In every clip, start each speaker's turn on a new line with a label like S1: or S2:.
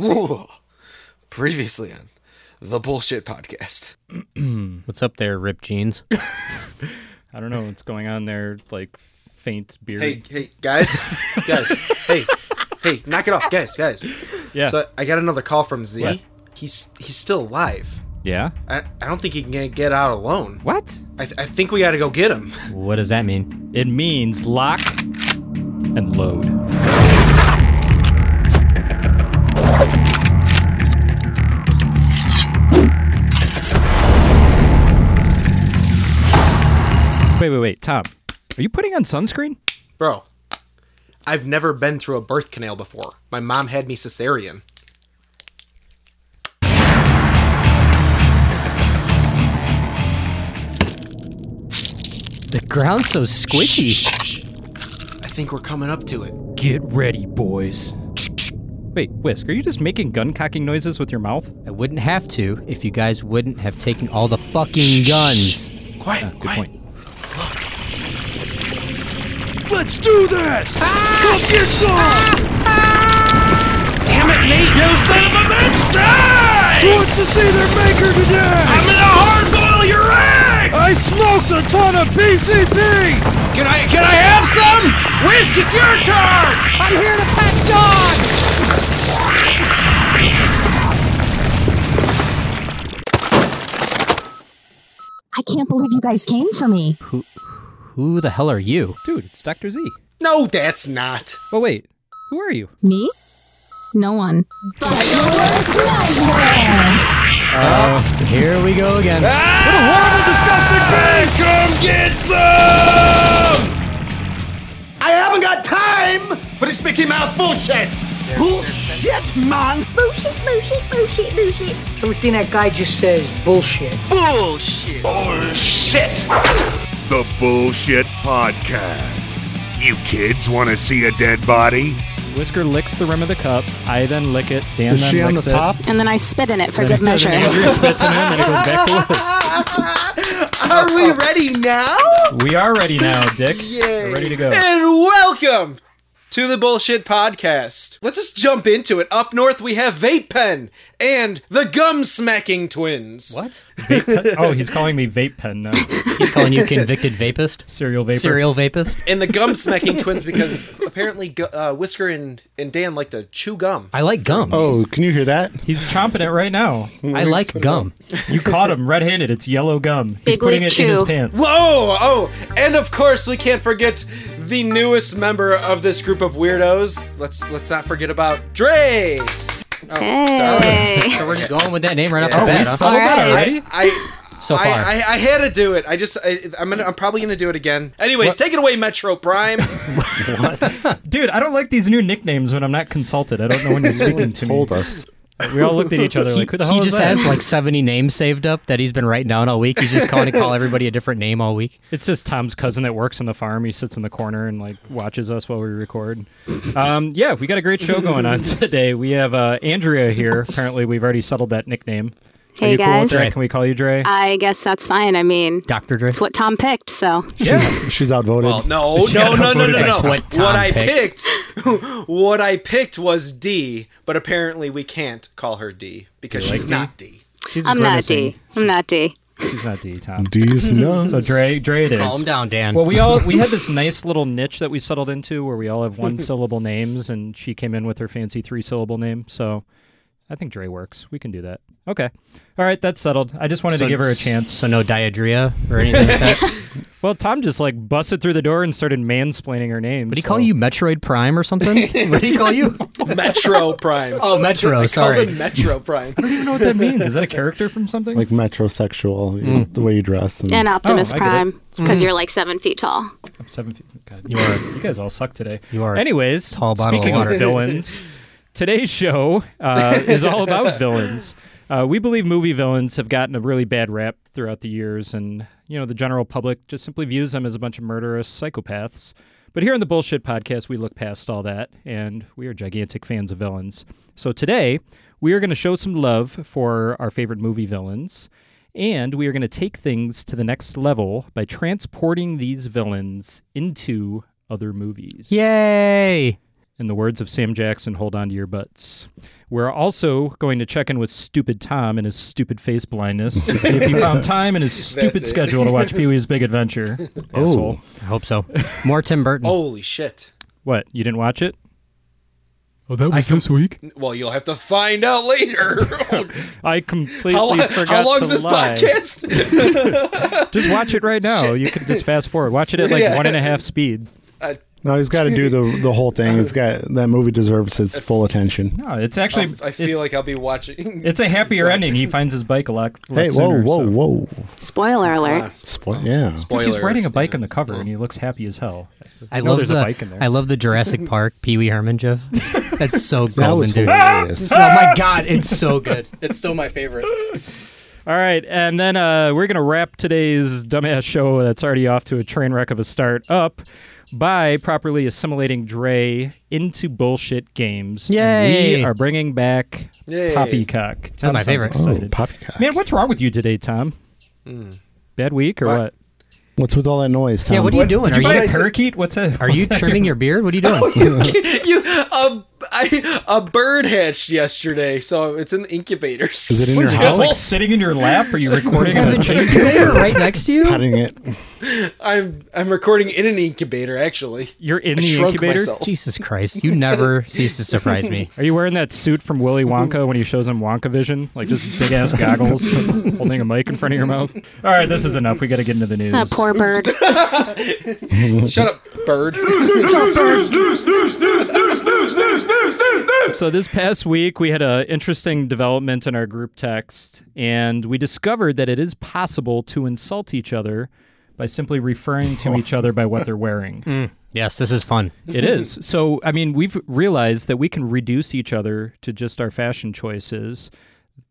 S1: Raw. Previously on the bullshit podcast.
S2: What's up there, Rip Jeans?
S3: I don't know what's going on there. Like faint beard.
S1: Hey, hey, guys, guys, hey, hey, knock it off, guys, guys.
S3: yeah.
S1: So I got another call from Z.
S3: What?
S1: He's he's still alive.
S3: yeah.
S1: I, I don't think he can get- get out alone.
S3: What?
S1: I, th- I think we got to go get him.
S2: What does that mean?
S3: It means lock and load. Wait, wait, wait, Tom. Are you putting on sunscreen?
S1: Bro, I've never been through a birth canal before. My mom had me cesarean.
S2: The ground's so squishy.
S1: I think we're coming up to it.
S2: Get ready, boys.
S3: Wait, Whisk, are you just making gun cocking noises with your mouth?
S2: I wouldn't have to if you guys wouldn't have taken all the fucking guns.
S1: Quiet,
S3: Ah, Good
S1: quiet.
S3: point.
S2: Let's do this! Ah!
S1: Damn it, Nate.
S4: You son of a bitch, die!
S2: Wants to see their maker today!
S4: I'm gonna hardboil your eggs!
S2: smoked a ton of PCP!
S4: can I can I have some? Whisk, it's your turn!
S2: I'm here to pet dogs!
S5: I can't believe you guys came for me.
S2: Who the hell are you?
S3: Dude, it's Dr. Z.
S1: No, that's not.
S3: But wait, who are you?
S5: Me? No one. But you're worse nightmare.
S2: Uh, Here we go again.
S3: Ah!
S4: Come get some!
S6: I haven't got time for this Mickey Mouse bullshit. Bullshit, man.
S7: Bullshit, bullshit, bullshit, bullshit. Everything that guy just says, bullshit.
S4: Bullshit!
S8: The Bullshit Podcast. You kids want to see a dead body?
S3: Whisker licks the rim of the cup. I then lick it. Dan then licks it.
S5: And then I spit in it for good
S3: Then he does
S5: measure.
S3: an Andrew spits in it, and then it goes back to us.
S1: Are we ready now?
S3: We are ready now, Dick. We're ready to go.
S1: And welcome to the Bullshit Podcast. Let's just jump into it. Up north, we have Vape Pen and the Gum Smacking Twins.
S3: What? Vape pen? Oh, he's calling me vape pen now.
S2: He's calling you convicted vapist?
S3: Cereal vapor.
S2: Serial vapist?
S1: And the Gum Smacking Twins because apparently Gu- uh, Whisker and, and Dan like to chew gum.
S2: I like gum.
S9: Oh, can you hear that?
S3: He's chomping it right now.
S2: I like gum.
S3: You caught him red-handed. It's yellow gum. He's
S5: Big
S3: putting
S5: league
S3: it in his
S5: chew.
S3: pants.
S1: Whoa! Oh, and of course we can't forget the newest member of this group of weirdos. Let's let's not forget about Dre.
S5: Hey.
S2: So we're just going with that name right off the
S3: Oh, we
S2: bat, huh?
S3: sold that
S5: Alright.
S3: already?
S1: I
S2: So far.
S1: I, I, I had to do it. I just I, I'm gonna I'm probably gonna do it again. Anyways, take it away, Metro Prime.
S3: Dude, I don't like these new nicknames when I'm not consulted. I don't know when you're speaking to me.
S9: Told us.
S3: We all looked at each other like, who the hell
S2: he
S3: is
S2: just
S3: that?
S2: has like 70 names saved up that he's been writing down all week. He's just calling to call everybody a different name all week.
S3: It's just Tom's cousin that works on the farm. He sits in the corner and like watches us while we record. Um, yeah, we got a great show going on today. We have uh, Andrea here. Apparently, we've already settled that nickname. Are
S5: Hey,
S3: you cool with
S5: guys. Uh,
S3: that? Can we call you Dre?
S5: I guess that's fine. I mean,
S2: Dr. Dre.
S5: it's what Tom picked, so.
S3: yeah.
S9: She's outvoted.
S1: Well, no, no, no, no, no,
S2: voted by
S1: no.
S2: what
S1: What,
S2: Tom
S1: I picked, what I picked was D, but apparently we can't call her D because she's not D.
S3: She's
S5: I'm not
S3: grimacing.
S5: D. I'm not D.
S3: She's not D, Tom.
S9: D's nuts.
S3: So Dre, Dre it is.
S2: Calm down, Dan.
S3: Well, we all we had this nice little niche that we settled into where we all have one syllable names, and she came in with her fancy three syllable name. So I think Dre works. We can do that. Okay. All right, that's settled. I just wanted
S2: So-
S3: to give her a chance.
S2: So no diarrhea or anything like that.
S3: Well, Tom just like busted through the door and started mansplaining her name.
S2: Would he
S3: so-
S2: call you Metroid Prime or something? What did he call you?
S1: Metro Prime.
S2: Oh, Metro.
S1: Call her
S2: Sorry.
S1: Metro Prime.
S3: I don't know what that means. Is that a character from something?
S9: Like metrosexual, you know, the way you dress. And,
S5: And Optimus
S3: I get it.
S5: Prime, because you're like seven feet tall.
S3: I'm seven feet. God, you are. You guys all suck today.
S2: You are a
S3: Anyways,
S2: tall bottle of
S3: speaking
S2: water.
S3: villains, today's show uh, is all about villains. Uh, we believe movie villains have gotten a really bad rap throughout the years, and you know the general public just simply views them as a bunch of murderous psychopaths. But here on the Bullshit Podcast, we look past all that, and we are gigantic fans of villains. So today, we are going to show some love for our favorite movie villains. And we are going to take things to the next level by transporting these villains into other movies.
S2: Yay!
S3: In the words of Sam Jackson, hold on to your butts. We're also going to check in with Stupid Tom and his stupid face blindness to see if he found time in his
S1: That's
S3: stupid
S1: it. Oh.
S3: schedule to watch Pee Wee's Big Adventure. Asshole.
S2: I hope so. More Tim Burton.
S1: Holy shit.
S3: What? You didn't watch it?
S10: Oh, that was this week.
S1: Well, you'll have to find out later.
S3: I completely
S1: how, lo-
S3: forgot.
S1: how long's
S3: to
S1: this
S3: lie.
S1: podcast?
S3: Just watch it right now. You can just fast forward. Watch it at like one and a half speed.
S9: No, he's got to do the the whole thing. He's got that movie deserves his full attention.
S3: No, it's actually.
S1: I feel like I'll be watching.
S3: it's a happier ending. He finds his bike a lot. lot
S9: Hey, whoa,
S3: sooner,
S9: whoa,
S3: so.
S9: whoa!
S11: Spoiler alert.
S9: Spoil, yeah.
S3: Look,
S1: Spoiler.
S3: He's riding a bike on the cover, and he looks happy as hell.
S2: I
S3: know
S2: love
S3: there's a
S2: the
S3: bike in there.
S2: I love the Jurassic Park Pee Wee Herman Jeff. That's so
S9: That
S2: golden,
S9: was
S2: dude.
S9: hilarious.
S2: Oh my god, it's so good.
S1: It's still my favorite.
S3: All right, and then uh, we're gonna wrap today's dumbass show that's already off to a train wreck of a start up by properly assimilating Dre into bullshit games. And
S2: Yay.
S3: We are bringing back
S1: Yay.
S3: Poppycock. Tom
S2: my
S3: sounds
S2: favorite. Oh,
S9: Oh,
S3: Excited.
S9: poppycock!
S3: Man, what's wrong with you today, Tom? Bad week or what?
S1: What?
S9: What's with all that noise, Tom?
S2: Yeah, Um, what are you doing?
S3: Did you
S2: Are
S3: buy a
S2: you
S3: parakeet? What's that?
S2: are you trimming your beard? What are you doing?
S1: you a, I, a bird hatched yesterday, so it's in the incubators.
S9: Is it in
S3: What
S9: your
S3: is it,
S9: house?
S3: just like sitting in your lap? Are you recording on a
S2: Haven't you
S3: chain?
S2: been there right next to you?
S9: Cutting it.
S1: I'm I'm recording in an incubator actually.
S3: You're in
S1: I
S3: the
S1: shrunk
S3: incubator.
S1: myself.
S2: Jesus Christ, you never cease to surprise me.
S3: Are you wearing that suit from Willy Wonka when he shows him Wonka Vision? Like just big ass goggles, holding a mic in front of your mouth. All right, this is enough. We got to get into the news.
S11: That poor bird.
S1: Shut up, bird.
S3: So this past week we had an interesting development in our group text, and we discovered that it is possible to insult each other by simply referring to each other by what they're wearing.
S2: Yes, this is fun.
S3: It is. So, I mean, we've realized that we can reduce each other to just our fashion choices,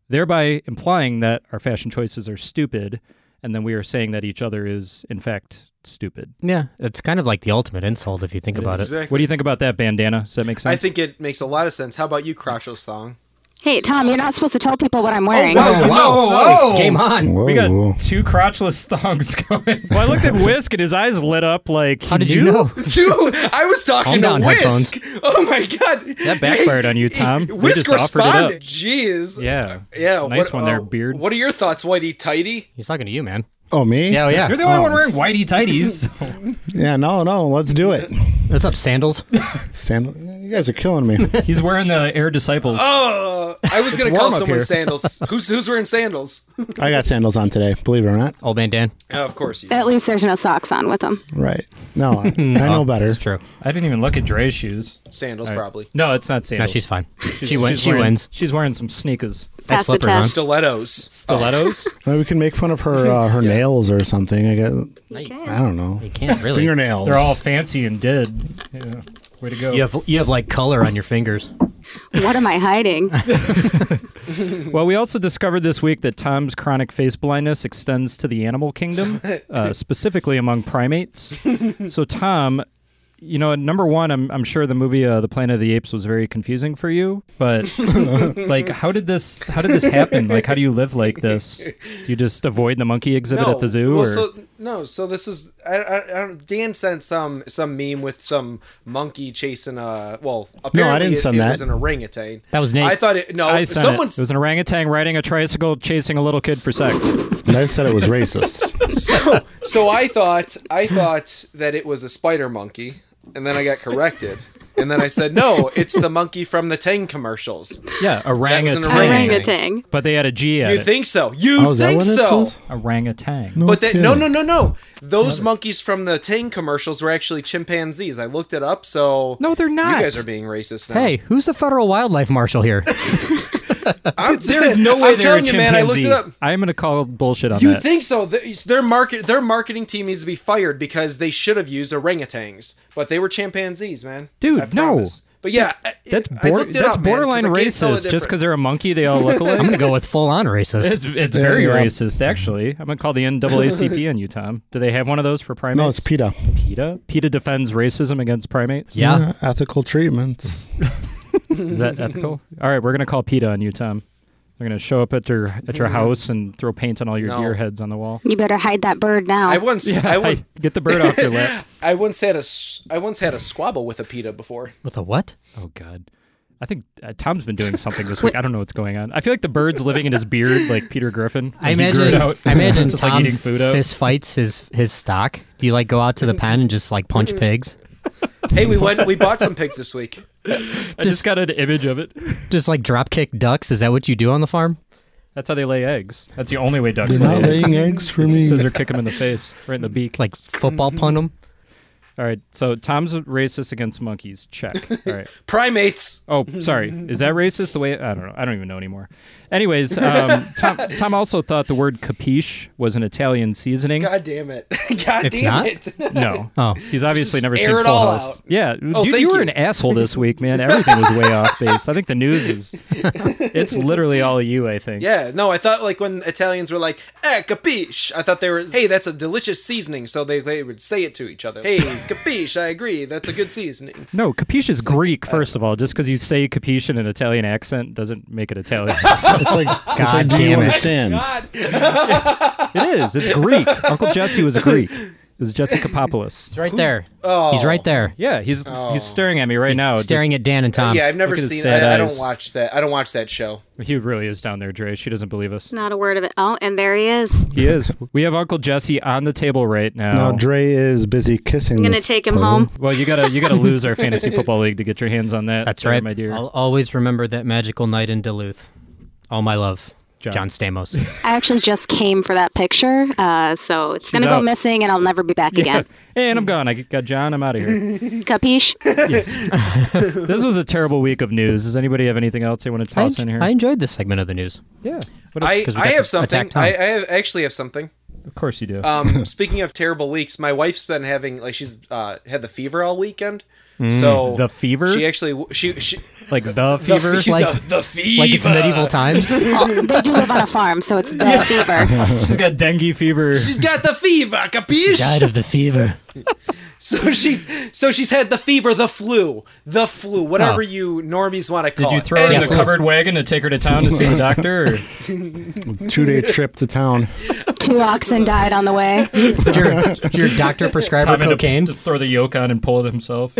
S3: thereby implying that our fashion choices are stupid. And then we are saying that each other is, in fact, stupid.
S2: Yeah, it's kind of like the ultimate insult if you think about it.
S1: Exactly.
S3: What do you think about that, Bandana? Does that make sense?
S1: I think it makes a lot of sense. How about you, Crotchel's thong?
S11: Hey, Tom, you're not supposed to tell people what I'm wearing.
S2: Oh, wow.
S3: no.
S2: Game on.
S9: Whoa.
S3: we got two crotchless thongs going. Well, I looked at Whisk and his eyes lit up like.
S2: How did you know?
S1: Dude, I was talking
S2: Calm
S1: to
S2: down,
S1: Whisk. Oh my god,
S3: That backfired on you, Tom. We
S1: Whisk
S3: just offered it up.
S1: responded. Jeez.
S3: Yeah. uh,
S1: Yeah.
S3: Nice
S1: what-
S3: one there,
S1: oh,
S3: Beard.
S1: What are your thoughts, Whitey Tidy?
S2: He's talking to you, man.
S9: Oh me?
S2: Yeah, oh, yeah.
S3: You're the only one wearing whitey tighties.
S9: Yeah. No, no. Let's do it.
S2: What's up, sandals?
S9: Sandal. You guys are killing me.
S3: He's wearing the Air Disciples.
S1: Uh, I was gonna
S3: warm
S1: call
S3: up
S1: someone
S3: here.
S1: sandals. who's who's wearing sandals?
S9: I got sandals on today. Believe it or not.
S2: Old man Dan.
S1: Oh, of course you.
S11: At least there's no socks on with them.
S9: Right. No, I, I know better.
S2: It's Oh, true.
S3: I didn't even look at Dre's shoes.
S1: Sandals probably.
S3: No, it's not
S2: No,
S3: sandals.
S2: she's fine. She wins.
S3: She's
S2: She
S3: wearing-
S2: wins.
S3: She's wearing some sneakers.
S11: Pass the
S2: slippers on.
S11: test.
S1: Stilettos.
S3: Stilettos?
S9: Maybe we can make fun of her uh, her nails or something. I guess. I don't know.
S2: You can't really.
S9: Fingernails.
S3: They're all fancy and dead. Yeah. Way to go.
S2: You have you have like color on your fingers.
S11: What am I hiding?
S3: Well, we also discovered this week that Tom's chronic face blindness extends to the animal kingdom, uh, specifically among primates. so, Tom, you know, number one, I'm, I'm sure the movie uh, The Planet of the Apes was very confusing for you, but like, how did this how did this happen? Like, how do you live like this? Do you just avoid the monkey exhibit at the zoo?
S1: well,
S3: or?
S1: so no, so this is I, I, I don't. Dan sent some some meme with some monkey chasing a well. Apparently
S9: didn't
S1: it,
S9: send
S1: it
S9: that.
S1: was an orangutan.
S2: That was Nate.
S1: I thought it. No,
S3: I sent it.
S1: uh, someone's
S3: It was an orangutan riding a tricycle chasing a little kid for sex.
S9: I said it was racist.
S1: so, so I thought I thought that it was a spider monkey, and then I got corrected, and then I said no, it's the monkey from the Tang commercials.
S3: yeah, orangutan.
S1: orangutan.
S11: Orangutan.
S3: But they had a G at
S1: You
S3: it.
S1: think so? You
S9: Oh, is that
S1: think
S9: what it's
S1: so?
S9: called?
S3: orangutan.
S1: But that no
S9: Okay.
S1: no no no. Those monkeys from the Tang commercials were actually chimpanzees. I looked it up, so
S3: No, they're not.
S1: You guys are being racist now.
S2: Hey, who's the federal wildlife marshal here?
S1: I'm,
S3: There is no
S1: I'm
S3: way they're a
S1: telling you,
S3: chimpanzee.
S1: man. I looked it up.
S3: I'm gonna call bullshit on
S1: You
S3: that.
S1: think so? Th- Their market, their marketing team needs to be fired because they should have used orangutans, but they were chimpanzees, man.
S3: Dude,
S1: I
S3: no.
S1: promise. But yeah, I-
S3: that's
S1: I
S3: bor-
S1: looked it up,
S3: that's
S1: man, 'cause
S3: borderline
S1: I can't tell the
S3: racist. Just because
S1: difference.
S3: they're a monkey, they all look
S2: I'm
S3: alike.
S2: gonna go with full on racist.
S3: it's it's very
S9: Yeah.
S3: racist, actually. I'm gonna call the NAACP on you, Tom. Do they have one of those for primates?
S9: No, it's PETA.
S3: PETA. PETA defends racism against primates.
S2: Yeah.
S9: Uh, Ethical treatments.
S3: Is that ethical? All right, we're gonna call PETA on you, Tom. They're gonna show up at your at your
S11: Mhm.
S3: house and throw paint on all your
S1: Mm-hmm. No.
S3: deer heads on the wall.
S11: You better hide that bird now.
S1: I once,
S3: Yeah,
S1: I once,
S3: get the bird off your lap.
S1: I once had a, s- I once had a squabble with a pita before.
S2: With a what?
S3: Oh God, I think uh, Tom's been doing something this week. I don't know what's going on. I feel like the bird's living in his beard, like Peter Griffin.
S2: I
S3: when he grew it
S2: imagine.
S3: out.
S2: I imagine
S3: It's just
S2: Tom
S3: like eating food out.
S2: fist fights his his stock. Do you like go out to the pen and just like punch pigs?
S1: Hey, we went, we bought some pigs this week.
S3: I just got an image of it.
S2: Just like drop kick ducks. Is that what you do on the farm?
S3: That's how they lay eggs. That's the only way ducks
S9: You're
S3: lay
S9: not
S3: eggs.
S9: laying eggs for me.
S3: Scissor kick them in the face, right in the beak.
S2: Like football punt them.
S3: All right, so Tom's racist against monkeys. Check. All right.
S1: Primates.
S3: Oh, sorry. Is that racist? The way I don't know. I don't even know anymore. Anyways, um, Tom, Tom also thought the word capiche was an Italian seasoning.
S1: God damn it! God
S3: It's
S1: damn
S3: not?
S1: it!
S3: No.
S2: Oh.
S3: He's obviously
S1: Just
S3: never
S1: air
S3: seen
S1: it
S3: Full
S1: all
S3: House.
S1: out.
S3: Yeah.
S1: Oh,
S3: dude,
S1: thank
S3: you were
S1: you.
S3: an asshole this week, man. Everything was way off base. I think the news is it's literally all you, I think.
S1: Yeah, no, I thought like when Italians were like, eh, capiche, I thought they were, hey, that's a delicious seasoning, so they, they would say it to each other. Hey, capiche, I agree, that's a good seasoning.
S3: No, capiche is Greek, first of all. Just because you say capiche in an Italian accent doesn't make it Italian. it's like,
S9: It's like, do you
S2: damn it.
S9: understand?
S3: it is. It's Greek. Uncle Jesse was Greek. It was Jesse Kapopoulos.
S2: He's right
S1: Who's-
S2: there.
S1: Oh.
S2: He's right there.
S3: Yeah, he's he's staring at me right now.
S2: staring Um, at Dan and Tom.
S1: yeah, I've never
S3: Look at his
S1: seen.
S3: sad
S1: I, I
S3: eyes.
S1: don't watch that. I don't watch that show.
S3: at He really is down there, Dre. She doesn't believe us.
S11: Not a word of it. Oh, and there he is.
S3: He is. We have Uncle Jesse on the table right now.
S9: No, Dre is busy kissing.
S11: I'm gonna
S9: the
S11: take him
S9: phone.
S11: home.
S3: Well, you gotta you gotta lose our fantasy football league to get your hands on that.
S2: That's
S3: there,
S2: right,
S3: my dear.
S2: I'll always remember that magical night in Duluth. All my love,
S3: John.
S2: John, Stamos.
S11: I actually just came for that picture, uh, so it's gonna
S3: out.
S11: go missing, and I'll never be back again.
S3: and I'm gone. I got John. I'm out of here.
S11: Capiche?
S3: Yes. this was a terrible week of news. Does anybody have anything else they want to
S2: I,
S3: toss in here?
S2: I enjoyed this segment of the news.
S3: yeah. What a-
S1: I,
S2: 'cause we
S1: I
S2: got
S1: have
S2: to
S1: something.
S2: attack Tom.
S1: I, I have, actually have something.
S3: of course you do.
S1: Um, speaking of terrible weeks, my wife's been having like she's uh, had the fever all weekend.
S2: Mm,
S1: so
S3: the fever?
S1: She actually she she
S3: like the
S1: the
S3: fever.
S1: fe-
S2: Like-
S1: the, the fever
S2: Like it's medieval times.
S11: Oh, they do live on a farm, so it's the fever.
S3: She's got dengue fever.
S1: She's got the fever, capiche?
S2: of the fever.
S1: So she's so she's had the fever, the flu, the flu, whatever
S2: Oh.
S1: you normies want to call
S3: Did you
S1: it.
S3: throw her in
S1: Anyway,
S3: the covered wagon to take her to town to see the doctor? Or?
S9: Two day trip to town.
S11: Two oxen died on the way.
S2: Did your, did your doctor prescribe her
S3: Tom had to
S2: cocaine?
S3: Just throw the yoke on and pull it himself.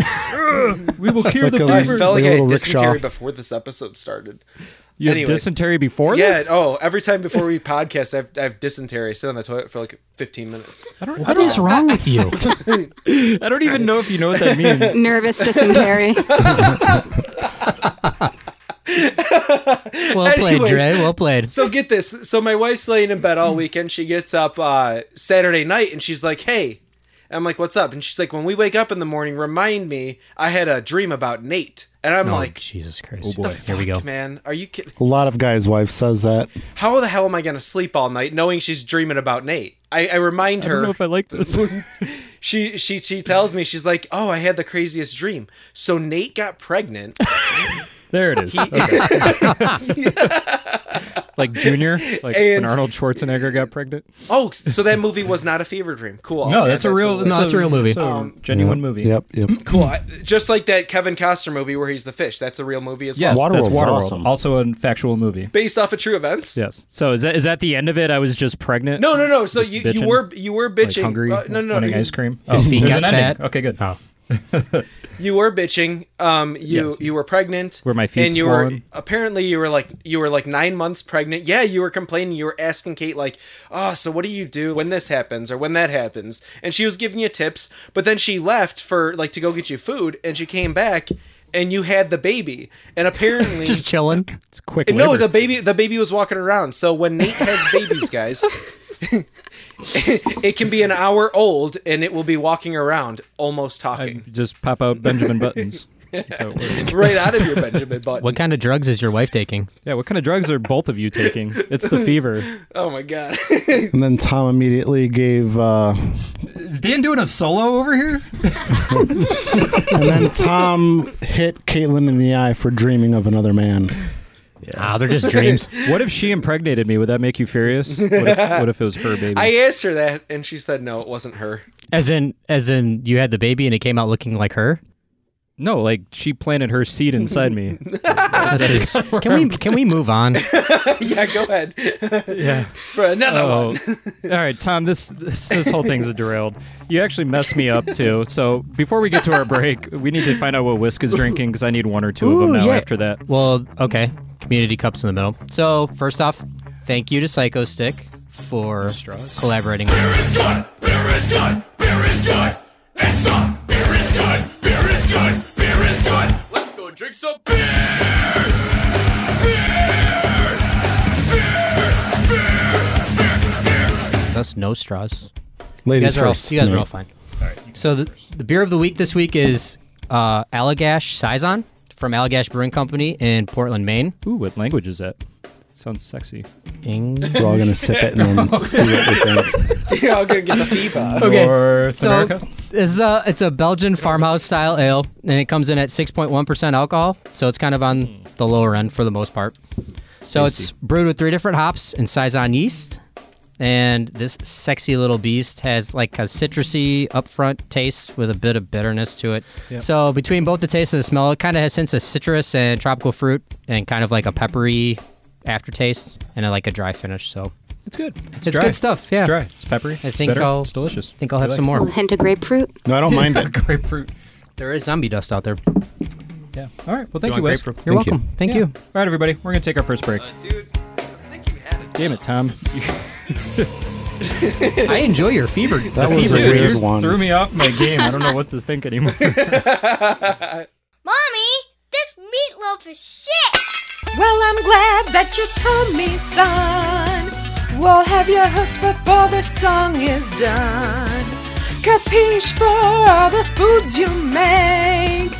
S3: we will cure
S9: Like
S3: the
S9: a-
S1: I
S3: fever.
S1: felt like
S9: The
S1: I had
S9: little
S1: dysentery
S9: rickshaw.
S1: before this episode started.
S3: You have
S1: Anyways.
S3: dysentery before
S1: yeah.
S3: this?
S1: Oh, every time before we podcast, I've, I've dysentery. I sit on the toilet for like 15 minutes.
S2: What is wrong with you?
S3: I don't even know if you know what that means.
S11: Nervous dysentery.
S2: Well played,
S1: Anyways.
S2: Dre. Well played.
S1: So get this. So my wife's laying in bed all weekend. She gets up uh, Saturday night and she's like, "Hey," I'm like, "What's up?" And she's like, "When we wake up in the morning, remind me I had a dream about Nate." And I'm
S2: Oh,
S1: like,
S2: Jesus Christ.
S3: boy.
S2: Here we go.
S1: "Man, are you kidding?"
S9: A lot of guys' wives says that.
S1: how the hell am I going to sleep all night knowing she's dreaming about Nate? I, I remind
S3: I don't know
S1: her.
S3: if I like this.
S1: she she she tells me she's like, "Oh, I had the craziest dream. So Nate got pregnant."
S3: there it is. Okay. like Junior, like when
S1: And-
S3: Arnold Schwarzenegger got pregnant.
S1: oh, so that movie was not a fever dream. Cool.
S3: No,
S1: Okay,
S3: that's a real.
S2: No, it's a real movie.
S3: it's a genuine movie.
S9: Yep, yep.
S1: cool. I- Just like that Kevin Costner movie where he's the fish. That's a real movie as
S3: Yes,
S1: well.
S3: that's
S9: Waterworld's
S3: Waterworld.
S9: awesome.
S3: Also a factual movie.
S1: Based off of true events.
S3: Yes. So is that is that the end of it? I was just pregnant.
S1: No, no, no. So you, you
S3: bitching?
S1: were you were
S3: Like
S1: bitching.
S3: hungry.
S1: uh, no, no, no.
S3: wanting
S1: You,
S3: Ice cream. Oh,
S2: His feet
S3: there's
S2: got
S3: an ending.
S2: fat.
S3: Okay, good.
S2: Oh.
S1: you were bitching. Um, you
S3: Yes.
S1: you were pregnant.
S3: Were my feet
S1: And you were
S3: swollen?
S1: apparently you were like you were like nine months pregnant. Yeah, you were complaining. You were asking Kate like, oh, so what do you do when this happens or when that happens? And she was giving you tips, but then she left for like to go get you food, and she came back, and you had the baby, and apparently
S2: Just chilling.
S3: It's quick.
S1: and no,
S3: labor.
S1: the baby the baby was walking around. So when Nate has babies, guys, it can be an hour old and it will be walking around almost talking.
S3: just pop out Benjamin Buttons. That's how it works.
S1: Right out of your Benjamin Button.
S2: What kind of drugs is your wife taking?
S3: Yeah, what kind of drugs are both of you taking? It's the fever.
S1: Oh my god.
S9: And then Tom immediately gave. Uh,
S3: Is Dan doing a solo over here?
S9: and then Tom hit Caitlin in the eye for dreaming of another man.
S2: Ah, they're just dreams.
S3: What if she impregnated me? Would that make you furious? What if, what if it was her baby?
S1: I asked her that and she said no, it wasn't her.
S2: As in, as in, you had the baby and it came out looking like her.
S3: No, like she planted her seed inside me.
S2: This is- can we can we move on?
S1: yeah, go ahead.
S3: yeah.
S1: For another
S3: Oh.
S1: one.
S3: All right, Tom. This, this this whole thing's derailed. You actually messed me up too. So before we get to our break, we need to find out what Whisk is drinking because I need one or two of
S2: Ooh,
S3: them now.
S2: yeah.
S3: After that,
S2: Well, okay. Community cups in the middle. So first off, thank you to Psycho Stick for collaborating. with us.
S4: Beer is good. Beer is good. It's not. Beer is good. Beer is good. Beer is good. Let's go drink some beer.
S2: That's no straws.
S9: Ladies
S2: you guys are all-
S9: first,
S2: you guys are
S9: no.
S2: all fine. so the, the beer of the week this week is uh, Allagash Saison from Allagash Brewing Company in Portland, Maine.
S3: Ooh, what language is that? Sounds sexy.
S9: We're all gonna sip it and then see what we think.
S1: You're all gonna get the fever.
S2: Okay,
S3: North
S2: so
S3: America?
S2: this is a it's a Belgian farmhouse style ale, and it comes in at 6.1 percent alcohol, so it's kind of on the lower end for the most part. So it's brewed with three different hops and saison yeast, and this sexy little beast has like a citrusy upfront taste with a bit of bitterness to it.
S3: Yep.
S2: So between both the taste and the smell, it kind of has hints of citrus and tropical fruit, and kind of like a peppery aftertaste, and a, like a dry finish. So
S3: It's good.
S2: It's good stuff, yeah.
S3: It's dry. It's peppery.
S2: I
S3: It's
S2: think
S3: bitter.
S2: I'll
S3: It's delicious.
S2: Think I'll
S3: I
S2: have
S3: like
S2: some
S3: it.
S2: more.
S11: Hint of grapefruit.
S9: No, I don't mind it.
S3: grapefruit.
S2: There is zombie dust out there.
S3: Yeah. All right. Well, thank
S2: You
S3: you,
S2: want
S3: Wes.
S2: grapefruit? You're Thank you. welcome. Thank you.
S3: All right, everybody. We're gonna take our first break. Damn it, Tom.
S2: I enjoy your fever.
S9: That was a
S3: Dude,
S9: weird
S3: you
S9: one.
S3: Threw me off my game. I don't know what to think anymore.
S12: Mommy, this meatloaf is shit.
S13: Well, I'm glad that you told me, son. We'll have you hooked before the song is done. Capiche for all the food you make.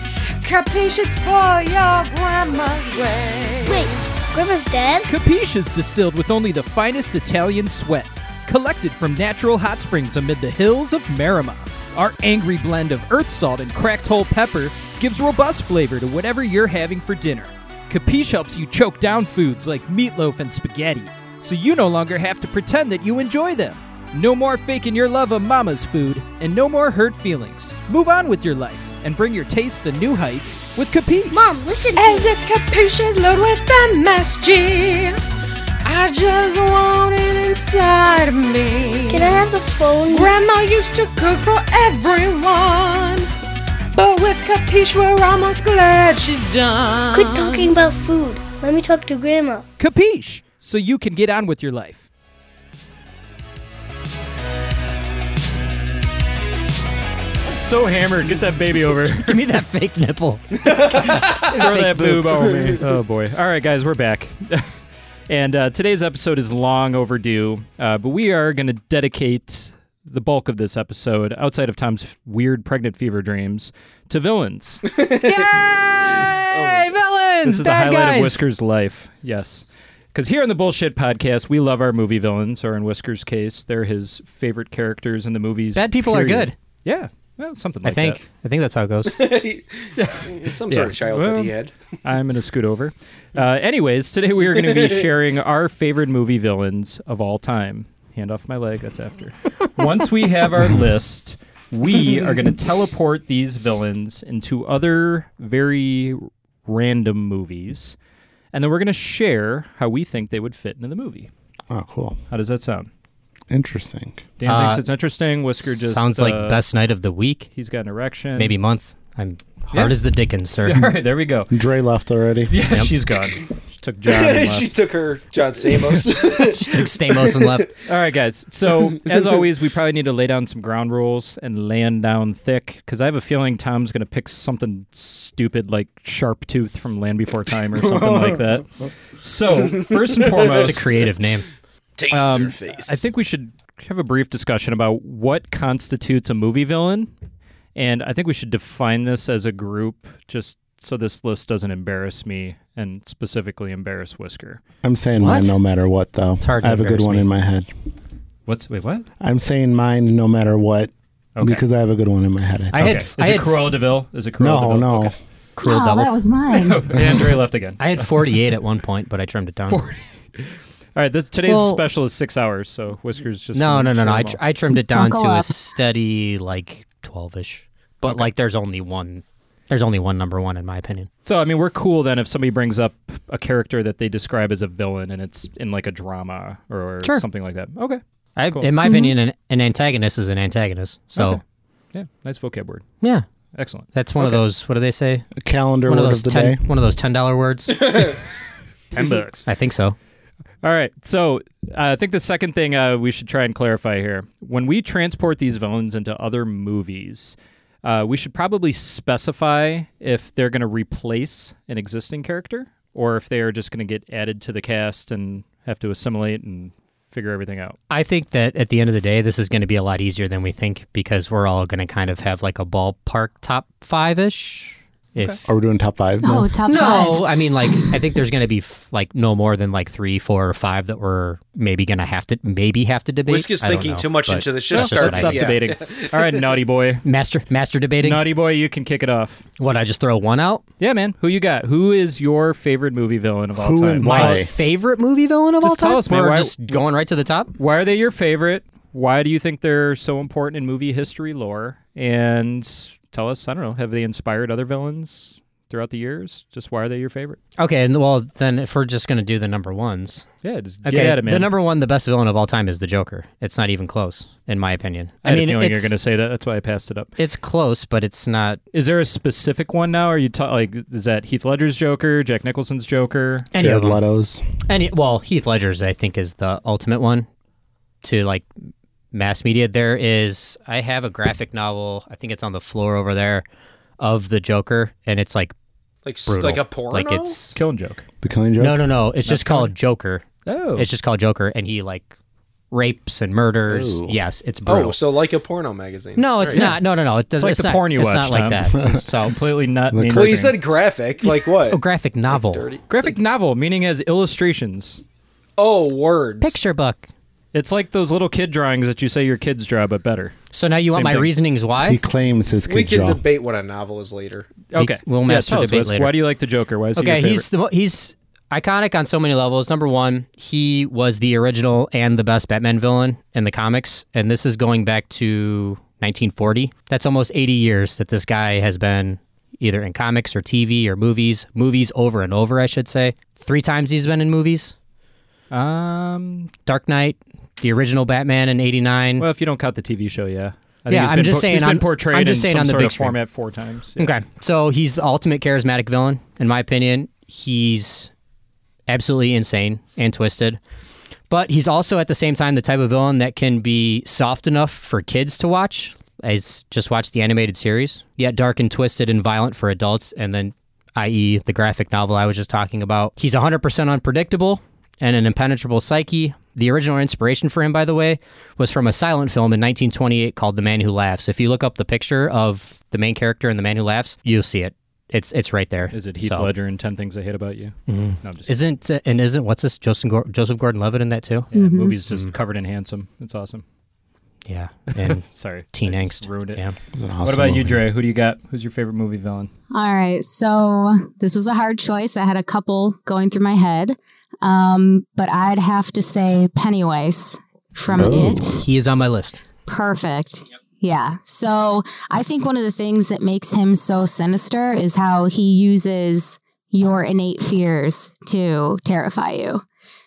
S13: Capiche it's for your grandma's way.
S12: Wait, Grandma's dead?
S14: Capiche is distilled with only the finest Italian sweat, collected from natural hot springs amid the hills of Marima. Our angry blend of earth salt and cracked whole pepper gives robust flavor to whatever you're having for dinner. Capiche helps you choke down foods like meatloaf and spaghetti, so you no longer have to pretend that you enjoy them. No more faking your love of mama's food, and no more hurt feelings. Move on with your life and bring your taste to new heights with Capiche.
S12: Mom, listen to
S13: As if Capiche is loaded with MSG. I just want it inside of me.
S12: Can I have the phone?
S13: Grandma used to cook for everyone. But with Capiche, we're almost glad she's done.
S12: Quit talking about food. Let me talk to Grandma.
S14: Capiche, so you can get on with your life.
S3: so hammered. Get that baby over. Throw
S2: Give me that fake nipple.
S3: that boob over me. Oh boy. All right, guys, we're back. and uh, today's episode is long overdue, uh, but we are going to dedicate the bulk of this episode, outside of Tom's f- weird pregnant fever dreams, to villains.
S14: Hey, villains!
S3: this is the
S14: bad
S3: highlight
S14: guys.
S3: of Whisker's life. Yes. Because here on the Bullshit Podcast, we love our movie villains, or in Whisker's case, they're his favorite characters in the movies.
S2: Bad people are
S3: period.
S2: good.
S3: Yeah. Well, something
S2: I
S3: like
S2: think.
S3: that.
S2: I think that's how it goes.
S1: Some sort of childhood he
S3: Well,
S1: had.
S3: I'm going to scoot over. Uh, anyways, today we are going to be sharing our favorite movie villains of all time. Hand off my leg, that's after. Once we have our list, we are going to teleport these villains into other very random movies. And then we're going to share how we think they would fit into the movie.
S9: Oh, cool.
S3: How does that sound?
S9: Interesting.
S3: Dan
S2: Uh,
S3: thinks it's interesting. Whisker just
S2: sounds
S3: uh,
S2: like best night of the week,
S3: He's got an erection.
S2: maybe month. I'm hard
S3: Yeah.
S2: as the Dickens, sir.
S3: All right, there we go.
S9: Dre left already.
S3: Yeah, she's gone. Took John. and left.
S1: she took her John Stamos.
S2: she took Stamos and left.
S3: All right, guys. So as always, we probably need to lay down some ground rules and land down thick because I have a feeling Tom's going to pick something stupid like Sharp Tooth from Land Before Time or something like that. So first and foremost,
S2: it's a creative name.
S3: um, I think we should have a brief discussion about what constitutes a movie villain, and I think we should define this as a group just so this list doesn't embarrass me and specifically embarrass Whisker.
S9: I'm saying
S3: What?
S9: mine no matter what, though.
S3: It's hard to
S9: I have a good
S3: embarrass
S9: one
S3: me.
S9: in my head.
S3: What's wait what?
S9: I'm saying mine no matter what because I have a good one in my head.
S2: I had-
S3: Okay. is it Cruella Deville? Is it Cruella
S9: no,
S3: Deville?
S9: no.
S2: Cruel
S5: Oh,
S2: double.
S5: that was mine.
S3: Andre left again.
S2: I had 48 at one point, but I trimmed it down.
S3: All right, this, today's
S2: Well-
S3: special is six hours, so Whiskers just
S2: No, no, no, no. I,
S3: Sure.
S2: tr- I trimmed it
S3: Don't
S2: down
S3: go
S2: to a
S3: up.
S2: steady like 12ish. But like there's only one There's only one number one, in my opinion.
S3: So I mean, we're cool then if somebody brings up a character that they describe as a villain and it's in like a drama or
S2: Sure.
S3: something like that. Okay.
S2: I,
S3: Cool.
S2: In my opinion, an, an antagonist is an antagonist. So
S3: Okay. Yeah, nice vocab word.
S2: Yeah.
S3: Excellent.
S2: that's one
S3: Okay.
S2: of those. What do they say?
S9: A calendar
S2: one
S9: word
S2: of those
S9: of the
S2: ten,
S9: day.
S2: One of those ten dollar words.
S3: Ten bucks.
S2: I think so.
S3: All right. So uh, I think the second thing uh, we should try and clarify here when we transport these villains into other movies, uh, we should probably specify if they're going to replace an existing character or if they are just going to get added to the cast and have to assimilate and figure everything out.
S2: I think that at the end of the day, this is going to be a lot easier than we think because we're all going to kind of have like a ballpark top five ish. If
S9: Are we doing top five?
S11: Oh,
S9: now?
S2: no, I mean, like, I think there's going to be f- like no more than like three, four, or five that we're maybe going to have to maybe have to debate.
S1: Whiskey's
S2: I don't
S1: thinking
S2: know,
S1: too much
S2: but
S1: into this.
S2: that's
S1: Just
S2: what
S1: start-
S2: I
S1: stop
S2: think.
S1: debating.
S3: All right, naughty boy.
S2: Master, master debating.
S3: Naughty boy, you can kick it off.
S2: What? I just throw one out?
S3: Yeah, man. Who you got? Who is your favorite movie villain of all
S2: Who
S3: time?
S2: and My favorite movie villain of
S3: Just
S2: all time.
S3: tell us, man.
S2: We're
S3: why-
S2: just going right to the top.
S3: Why are they your favorite? Why do you think they're so important in movie history lore? And tell us, I don't know, have they inspired other villains throughout the years? Just why are they your favorite?
S2: Okay, and well, then if we're just going to do the number ones.
S3: Yeah, just get
S2: okay,
S3: at it, man.
S2: The number one, the best villain of all time is the Joker. It's not even close, in my opinion.
S3: I, had a feeling you're
S2: it's-
S3: going to say that. That's why I passed it up.
S2: It's close, but it's not.
S3: Is there a specific one now? Are you ta- like is that Heath Ledger's Joker, Jack Nicholson's Joker,
S2: Any of Jared them.
S9: Leto's?
S2: Any well, Heath Ledger's I think is the ultimate one to like mass media. There is I have a graphic novel. I think it's on the floor over there of the Joker, and it's like
S1: Like s-
S2: brutal.
S1: like a porno?
S2: Like it's
S3: Killing Joke.
S9: The Killing Joke.
S2: No, no, no. It's
S9: Not
S2: just called Joker.
S3: Oh.
S2: it's just called Joker, and he like rapes and murders.
S1: Ooh.
S2: Yes, it's brutal.
S1: Oh, so like a porno magazine?
S2: No, it's
S1: Right.
S2: not. No, no, no. It
S3: It's
S2: doesn't.
S3: like
S2: it's
S3: the
S2: not,
S3: porn you
S2: it's
S3: watch,
S2: not like
S3: Tom.
S2: that. So
S3: completely not mainstream.
S1: Well, you said graphic. Like what?
S2: a graphic novel,
S3: graphic novel, meaning as illustrations.
S1: Oh, words.
S2: picture book.
S3: It's like those little kid drawings that you say your kids draw, but better.
S2: So now you want
S3: Same
S2: my
S3: thing.
S2: reasonings why?
S9: He claims his
S1: We
S9: kids
S1: can
S9: jaw.
S1: debate what a novel is later.
S3: Okay,
S2: we'll
S3: Yeah,
S2: master
S3: tell us,
S2: debate
S3: Wes,
S2: later.
S3: Why do you like the Joker? Why is
S2: okay,
S3: he your
S2: he's the, mo- he's iconic on so many levels. Number one, he was the original and the best Batman villain in the comics, and this is going back to 1940. That's almost 80 years that this guy has been either in comics or TV or movies, movies over and over, I should say. Three times he's been in movies.
S3: favorite? Um,
S2: Dark Knight, the original Batman in '89.
S3: Well, if you don't count the TV show, yeah. I think
S2: yeah,
S3: he's
S2: I'm
S3: been
S2: just
S3: po-
S2: saying.
S3: he's been
S2: on-
S3: portrayed
S2: I'm just
S3: in
S2: saying
S3: some
S2: on the
S3: sort
S2: big
S3: of
S2: screen.
S3: format four times. Yeah.
S2: Okay, so he's the ultimate charismatic villain, in my opinion. He's absolutely insane and twisted, but he's also at the same time the type of villain that can be soft enough for kids to watch. As just watch the animated series, yet dark and twisted and violent for adults, and then, i.e., e the graphic novel I was just talking about. He's 100% unpredictable and an impenetrable psyche. The original inspiration for him, by the way, was from a silent film in 1928 called The Man Who Laughs. If you look up the picture of the main character in The Man Who Laughs, you'll see it. It's it's right there.
S3: Is it Heath
S2: So-
S3: Ledger in Ten Things I Hate About You?
S2: Mhm.
S3: No, I'm just
S2: Isn't uh, and isn't what's this Joseph Gor- Joseph Gordon-Levitt in that too?
S3: yeah, movies
S2: Mm-hmm.
S3: just covered in handsome. It's awesome.
S2: Yeah, and
S3: Sorry,
S2: teen
S3: I just
S2: angst.
S3: ruined it.
S2: Yeah.
S9: It was an
S3: what
S9: awesome
S3: about you,
S9: movie.
S3: Dre? Who do you got? Who's your favorite movie villain?
S15: All right. So this was a hard choice. I had a couple going through my head, um, but I'd have to say Pennywise from It.
S2: He is on my list.
S15: Perfect. Yeah. So I think one of the things that makes him so sinister is how he uses your innate fears to terrify you.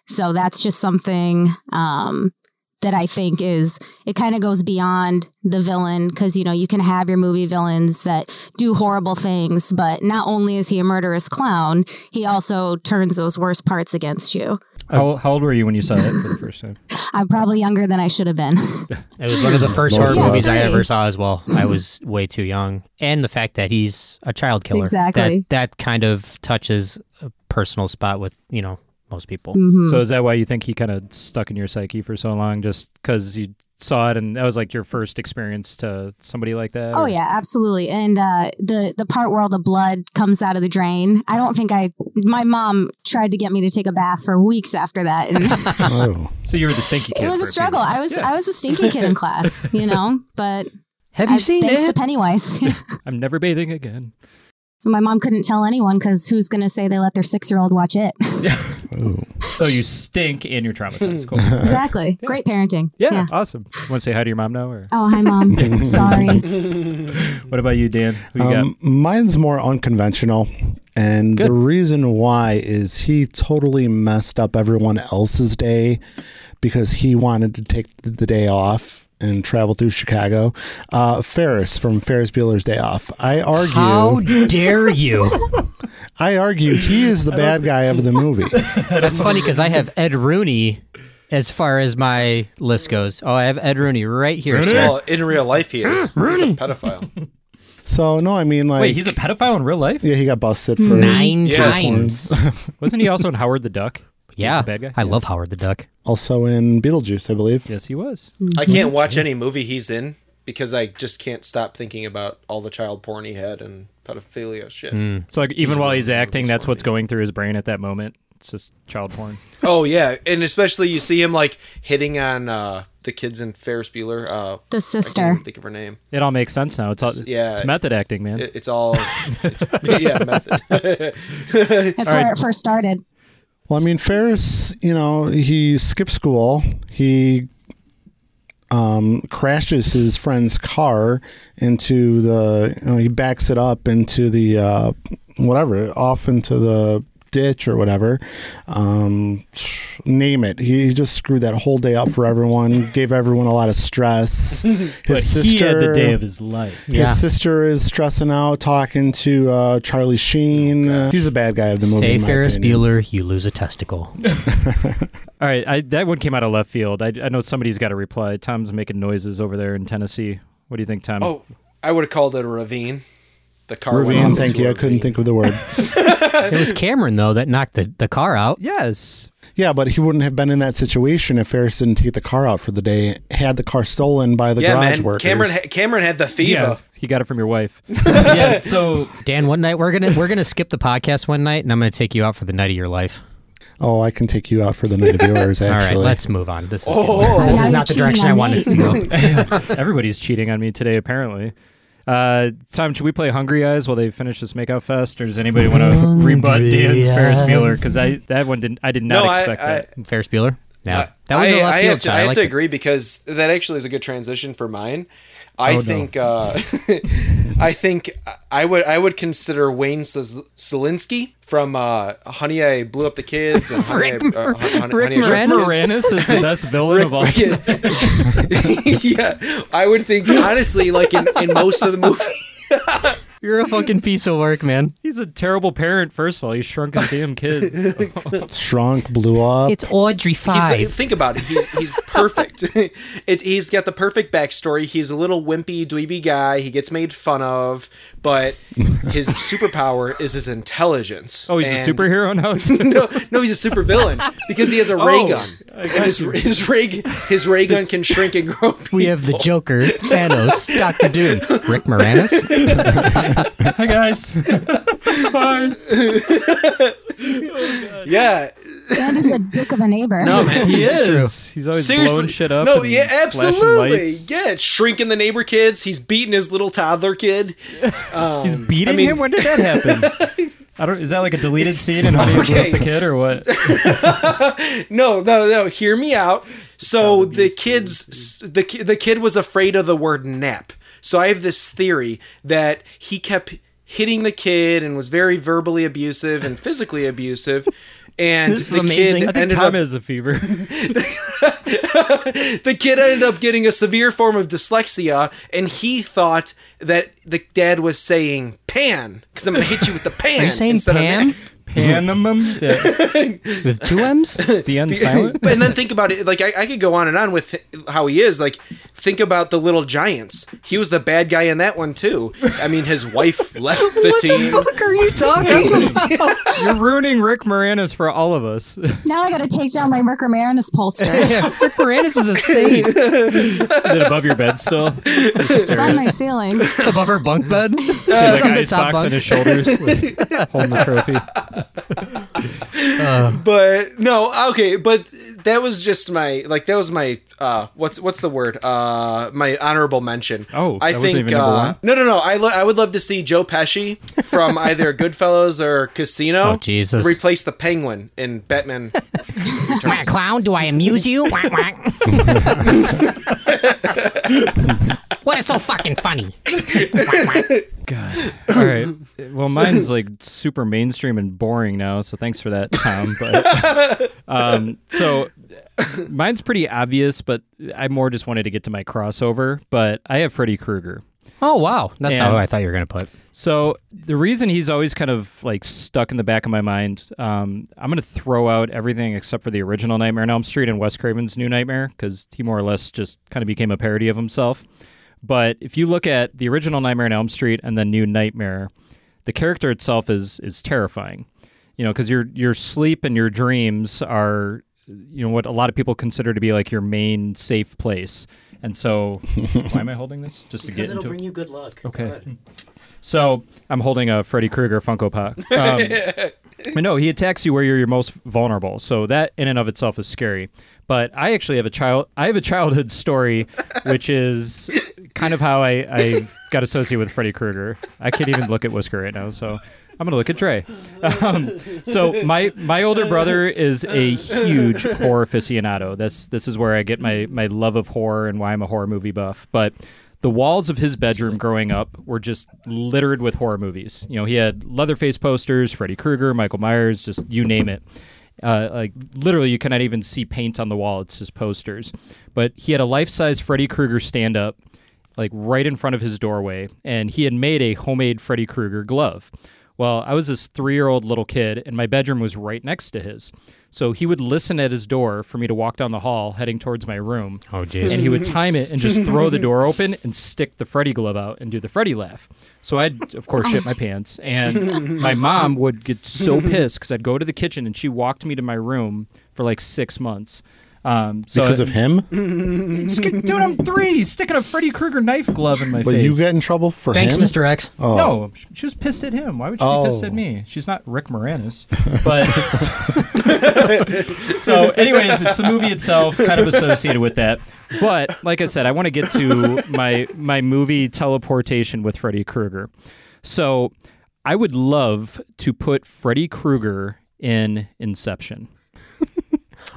S15: So that's just something um, that I think is, it kind of goes beyond the villain because, you know, you can have your movie villains that do horrible things, but not only is he a murderous clown, he also turns those worst parts against you.
S3: How,
S2: Oh.
S3: how old were you when you saw it for the first time?
S15: I'm probably younger than I should have been.
S2: It was one of the first horror
S15: Yeah,
S2: movies I
S15: three.
S2: ever saw as well. I was way too young, and the fact that he's a child killer
S15: Exactly.
S2: that, that kind of touches a personal spot with you know most people.
S15: Mm.
S3: So is that why you think he kind of stuck in your psyche for so long? Just because you saw it and that was like your first experience to somebody like that?
S15: Oh
S3: or-
S15: yeah, absolutely. And uh, the the part where all the blood comes out of the drain. I don't think I. My mom tried to get me to take a bath for weeks after that. And
S9: oh.
S3: So you were the stinky kid.
S15: it was
S3: for
S15: a
S3: few
S15: struggle.
S3: months.
S15: I was I was a stinky kid in class, you know. But
S2: have you
S15: seen thanks
S2: it?
S15: to Pennywise?
S3: I'm never bathing again.
S15: My mom couldn't tell anyone because who's going to say they let their six year old watch it?
S3: So you stink and you're traumatized. Cool.
S15: exactly. Great parenting.
S3: Yeah, awesome. Want to say hi to your mom now? Or?
S15: Oh, hi, mom. Sorry.
S3: What about you, Dan? Who you
S9: Um, mine's more unconventional. And the reason why is he totally messed up everyone else's day because he wanted to take th- the day off and travel through Chicago. Uh, Ferris from Ferris Bueller's Day Off. I argue.
S2: How dare you?
S9: I argue he is the bad guy of the movie.
S2: That's funny because I have Ed Rooney as far as my list goes. Oh, I have Ed Rooney right here. sir.
S1: Well, in real life, he is. He's a pedophile.
S9: So no, I mean like.
S3: Wait, he's a pedophile in real life?
S9: Yeah, he got busted for
S2: Nine
S9: for
S2: times.
S9: porn.
S3: Wasn't he also in Howard the Duck?
S2: Yeah,
S3: bad guy?
S2: I love Howard the Duck.
S9: also in Beetlejuice, I believe.
S3: Yes, he was.
S1: I can't watch any movie he's in because I just can't stop thinking about all the child porn he had and pedophilia shit.
S9: Hmm.
S3: So like, even while he's acting, that's what's going through his brain at that moment. It's just child porn.
S1: Oh yeah, and especially you see him like hitting on uh, the kids in Ferris Bueller. Uh,
S15: The
S1: I can't
S15: sister.
S1: even think of her name.
S3: It all makes sense now. It's all,
S1: It's- yeah.
S3: it's method acting, man.
S1: It- it's all. It's, yeah, method.
S15: That's where it first started.
S9: Well, I mean, Ferris, you know, he skips school. He um, crashes his friend's car into the, you know, he backs it up into the, uh, whatever, off into the ditch or whatever. Um, name it. He, he just screwed that whole day up for everyone, gave everyone a lot of stress. His
S3: But he had the day of his life.
S9: His sister is stressing out, talking to uh, Charlie Sheen.
S3: Oh,
S9: Uh, he's the bad guy of the movie.
S2: Say
S9: in my
S2: Ferris
S9: opinion.
S2: Bueller, you lose a testicle.
S3: All right, I, that one came out of left field. I, I know somebody's got to reply. Tom's making noises over there in Tennessee. What do you think, Tom?
S1: oh, I would have called it a ravine. The car. went
S9: Ravine,
S1: off
S9: thank
S1: into
S9: you.
S1: a
S9: I couldn't think of the word.
S2: it was Cameron though that knocked the, the car out.
S3: Yes.
S9: yeah, but he wouldn't have been in that situation if Ferris didn't take the car out for the day. Had the car stolen by the
S1: yeah,
S9: garage
S1: man.
S9: workers.
S1: Cameron. Ha- Cameron had the fever.
S3: he got it from your wife. yeah. So
S2: Dan, one night we're gonna we're gonna skip the podcast one night, and I'm gonna take you out for the night of your life.
S9: oh, I can take you out for the night of yours.
S2: All right,
S9: Actually,
S2: let's move on. This is getting
S1: Oh,
S2: weird.
S1: oh,
S2: this
S1: oh.
S2: is not the
S1: Now you're
S2: direction I wanted to
S1: cheating on
S2: go.
S3: everybody's cheating on me today, apparently. Uh, Tom, should we play Hungry Eyes while they finish this makeout fest, or does anybody want to
S2: Hungry
S3: rebut Dan's Ferris Bueller?
S2: Eyes.
S3: Because I that one didn't. I did not
S1: No, I-
S3: expect
S1: I-
S3: that.
S2: Ferris Bueller. Yeah, that was
S1: I,
S2: a left
S1: I
S2: field.
S1: have to,
S2: shot.
S1: I have
S2: like
S1: to
S2: it.
S1: agree because that actually is a good transition for mine. I
S2: Oh, no.
S1: think uh, I think I would I would consider Wayne Sil- Silinsky from uh, Honey I Blew Up the Kids and Honey,
S3: Rick
S1: I, uh, Honey,
S3: Rick
S1: Honey, I Shrunk the Kids.
S3: Moranis is the best villain of all time.
S1: yeah, I would think honestly, like in, in most of the movie,
S2: You're a fucking piece of work, man.
S3: He's a terrible parent. First of all, he shrunk his damn kids.
S9: shrunk, blew up.
S2: It's Audrey
S1: He's the-
S2: Five.
S1: think about it. He's he's perfect. it, he's got the perfect backstory. He's a little wimpy, dweeby guy. He gets made fun of, but his superpower is his intelligence.
S3: Oh, he's a
S1: And-
S3: superhero now.
S1: No, no, he's a supervillain because he has a ray
S3: Oh,
S1: gun.
S3: I
S1: And
S3: got
S1: his,
S3: you.
S1: his ray his ray gun can shrink and grow.
S2: We have the Joker, Thanos, Doctor Doom, Rick Moranis.
S3: Hi guys. Bye.
S1: Yeah,
S15: That is a dick of a neighbor.
S1: no man, he is.
S3: He's always
S1: Seriously.
S3: blowing shit up.
S1: No,
S3: and
S1: yeah,
S3: flashing
S1: absolutely.
S3: lights.
S1: Yeah, shrinking the neighbor kids. He's beating his little toddler kid. Um,
S3: He's beating
S1: I mean-
S3: him. When did that happen? I don't. Is that like a deleted scene and how do you blew
S1: Okay.
S3: up the kid or what?
S1: no, no, no. Hear me out. So the kids, the ki- the kid was afraid of the word nap. So I have this theory that he kept hitting the kid and was very verbally abusive and physically abusive, and
S2: This is
S1: the
S2: amazing.
S1: kid
S3: I think
S1: ended
S3: Tom
S1: up
S3: has a fever.
S1: the kid ended up getting a severe form of dyslexia, and he thought that the dad was saying pan because I'm gonna hit you with the pan.
S2: Are you saying
S1: instead of
S2: Pam
S3: Panemum. Yeah.
S2: with two M's?
S3: Is he unsilent?
S1: and then think about it like I, I could go on and on with how he is like think about the little giants he was the bad guy in that one too i mean his wife left the team
S15: fuck are you talking about?
S3: You're ruining Rick Moranis for all of us. Is
S15: Now I got to take down my Rick Moranis poster.
S2: Yeah, Rick Moranis is a saint.
S3: it above your bed still?
S15: It's on my ceiling.
S2: Above her bunk bed. She's
S3: There's
S2: on
S3: like
S2: the
S3: ice
S2: top
S3: box on
S2: bunk.
S3: his shoulders, like, holding the trophy.
S1: but no okay but that was just my like that was my uh, what's what's the word? Uh, my honorable mention.
S3: Oh,
S1: I
S3: that wasn't
S1: think
S3: even number
S1: uh,
S3: one?
S1: no, no, no. I lo- I would love to see Joe Pesci from either Goodfellas or Casino.
S2: Oh, Jesus.
S1: Replace the Penguin in Batman.
S2: Whack, clown, do I amuse you? Whack, whack. what is so fucking funny?
S3: All right. Well, mine's like super mainstream and boring now, so thanks for that, Tom. But um, so mine's pretty obvious, but I more just wanted to get to my crossover. But I have Freddy Krueger.
S2: Oh wow, that's
S3: And-
S2: not what I thought you were gonna put.
S3: So the reason he's always kind of like stuck in the back of my mind, um, I'm gonna throw out everything except for the original Nightmare on Elm Street and Wes Craven's New Nightmare because he more or less just kind of became a parody of himself. But if you look at the original Nightmare on Elm Street and the New Nightmare, the character itself is is terrifying, you know, because your your sleep and your dreams are, you know, what a lot of people consider to be like your main safe place. And so, why am I holding this? Just to
S16: Because
S3: get
S16: it'll
S3: into it?
S16: bring you good luck. Go
S3: Okay.
S16: ahead.
S3: So I'm holding a Freddy Krueger Funko Pop. Um, but no, he attacks you where you're your most vulnerable. So that in and of itself is scary. But I actually have a child. I have a childhood story, which is kind of how I, I got associated with Freddy Krueger. I can't even look at Whisker right now, so I'm gonna look at Dre. Um, so my my older brother is a huge horror aficionado. This this is where I get my my love of horror and why I'm a horror movie buff. But the walls of his bedroom growing up were just littered with horror movies. You know, he had Leatherface posters, Freddy Krueger, Michael Myers, just you name it. Uh, like literally, you cannot even see paint on the wall; it's just posters. But he had a life-size Freddy Krueger stand-up, like right in front of his doorway, and he had made a homemade Freddy Krueger glove. Well, I was this three-year-old little kid, and my bedroom was right next to his. So he would listen at his door for me to walk down the hall, heading towards my room.
S2: Oh, jeez.
S3: And he would time it and just throw the door open and stick the Freddy glove out and do the Freddy laugh. So I'd, of course, shit my pants. And my mom would get so pissed because I'd go to the kitchen and she walked me to my room for like six months. Um, so
S9: because of him.
S3: Sk- Dude, I'm three, sticking a Freddy Krueger knife glove in my
S9: But
S3: face.
S9: you got in trouble for
S3: Thanks,
S9: him?
S3: Mr.
S2: X.
S9: Oh.
S3: No, she was pissed at him. Why would she
S9: Oh.
S3: be pissed at me? She's not Rick Moranis. But so, anyways, it's the movie itself, kind of associated with that. But like I said, I want to get to my my movie teleportation with Freddy Krueger. So, I would love to put Freddy Krueger in Inception.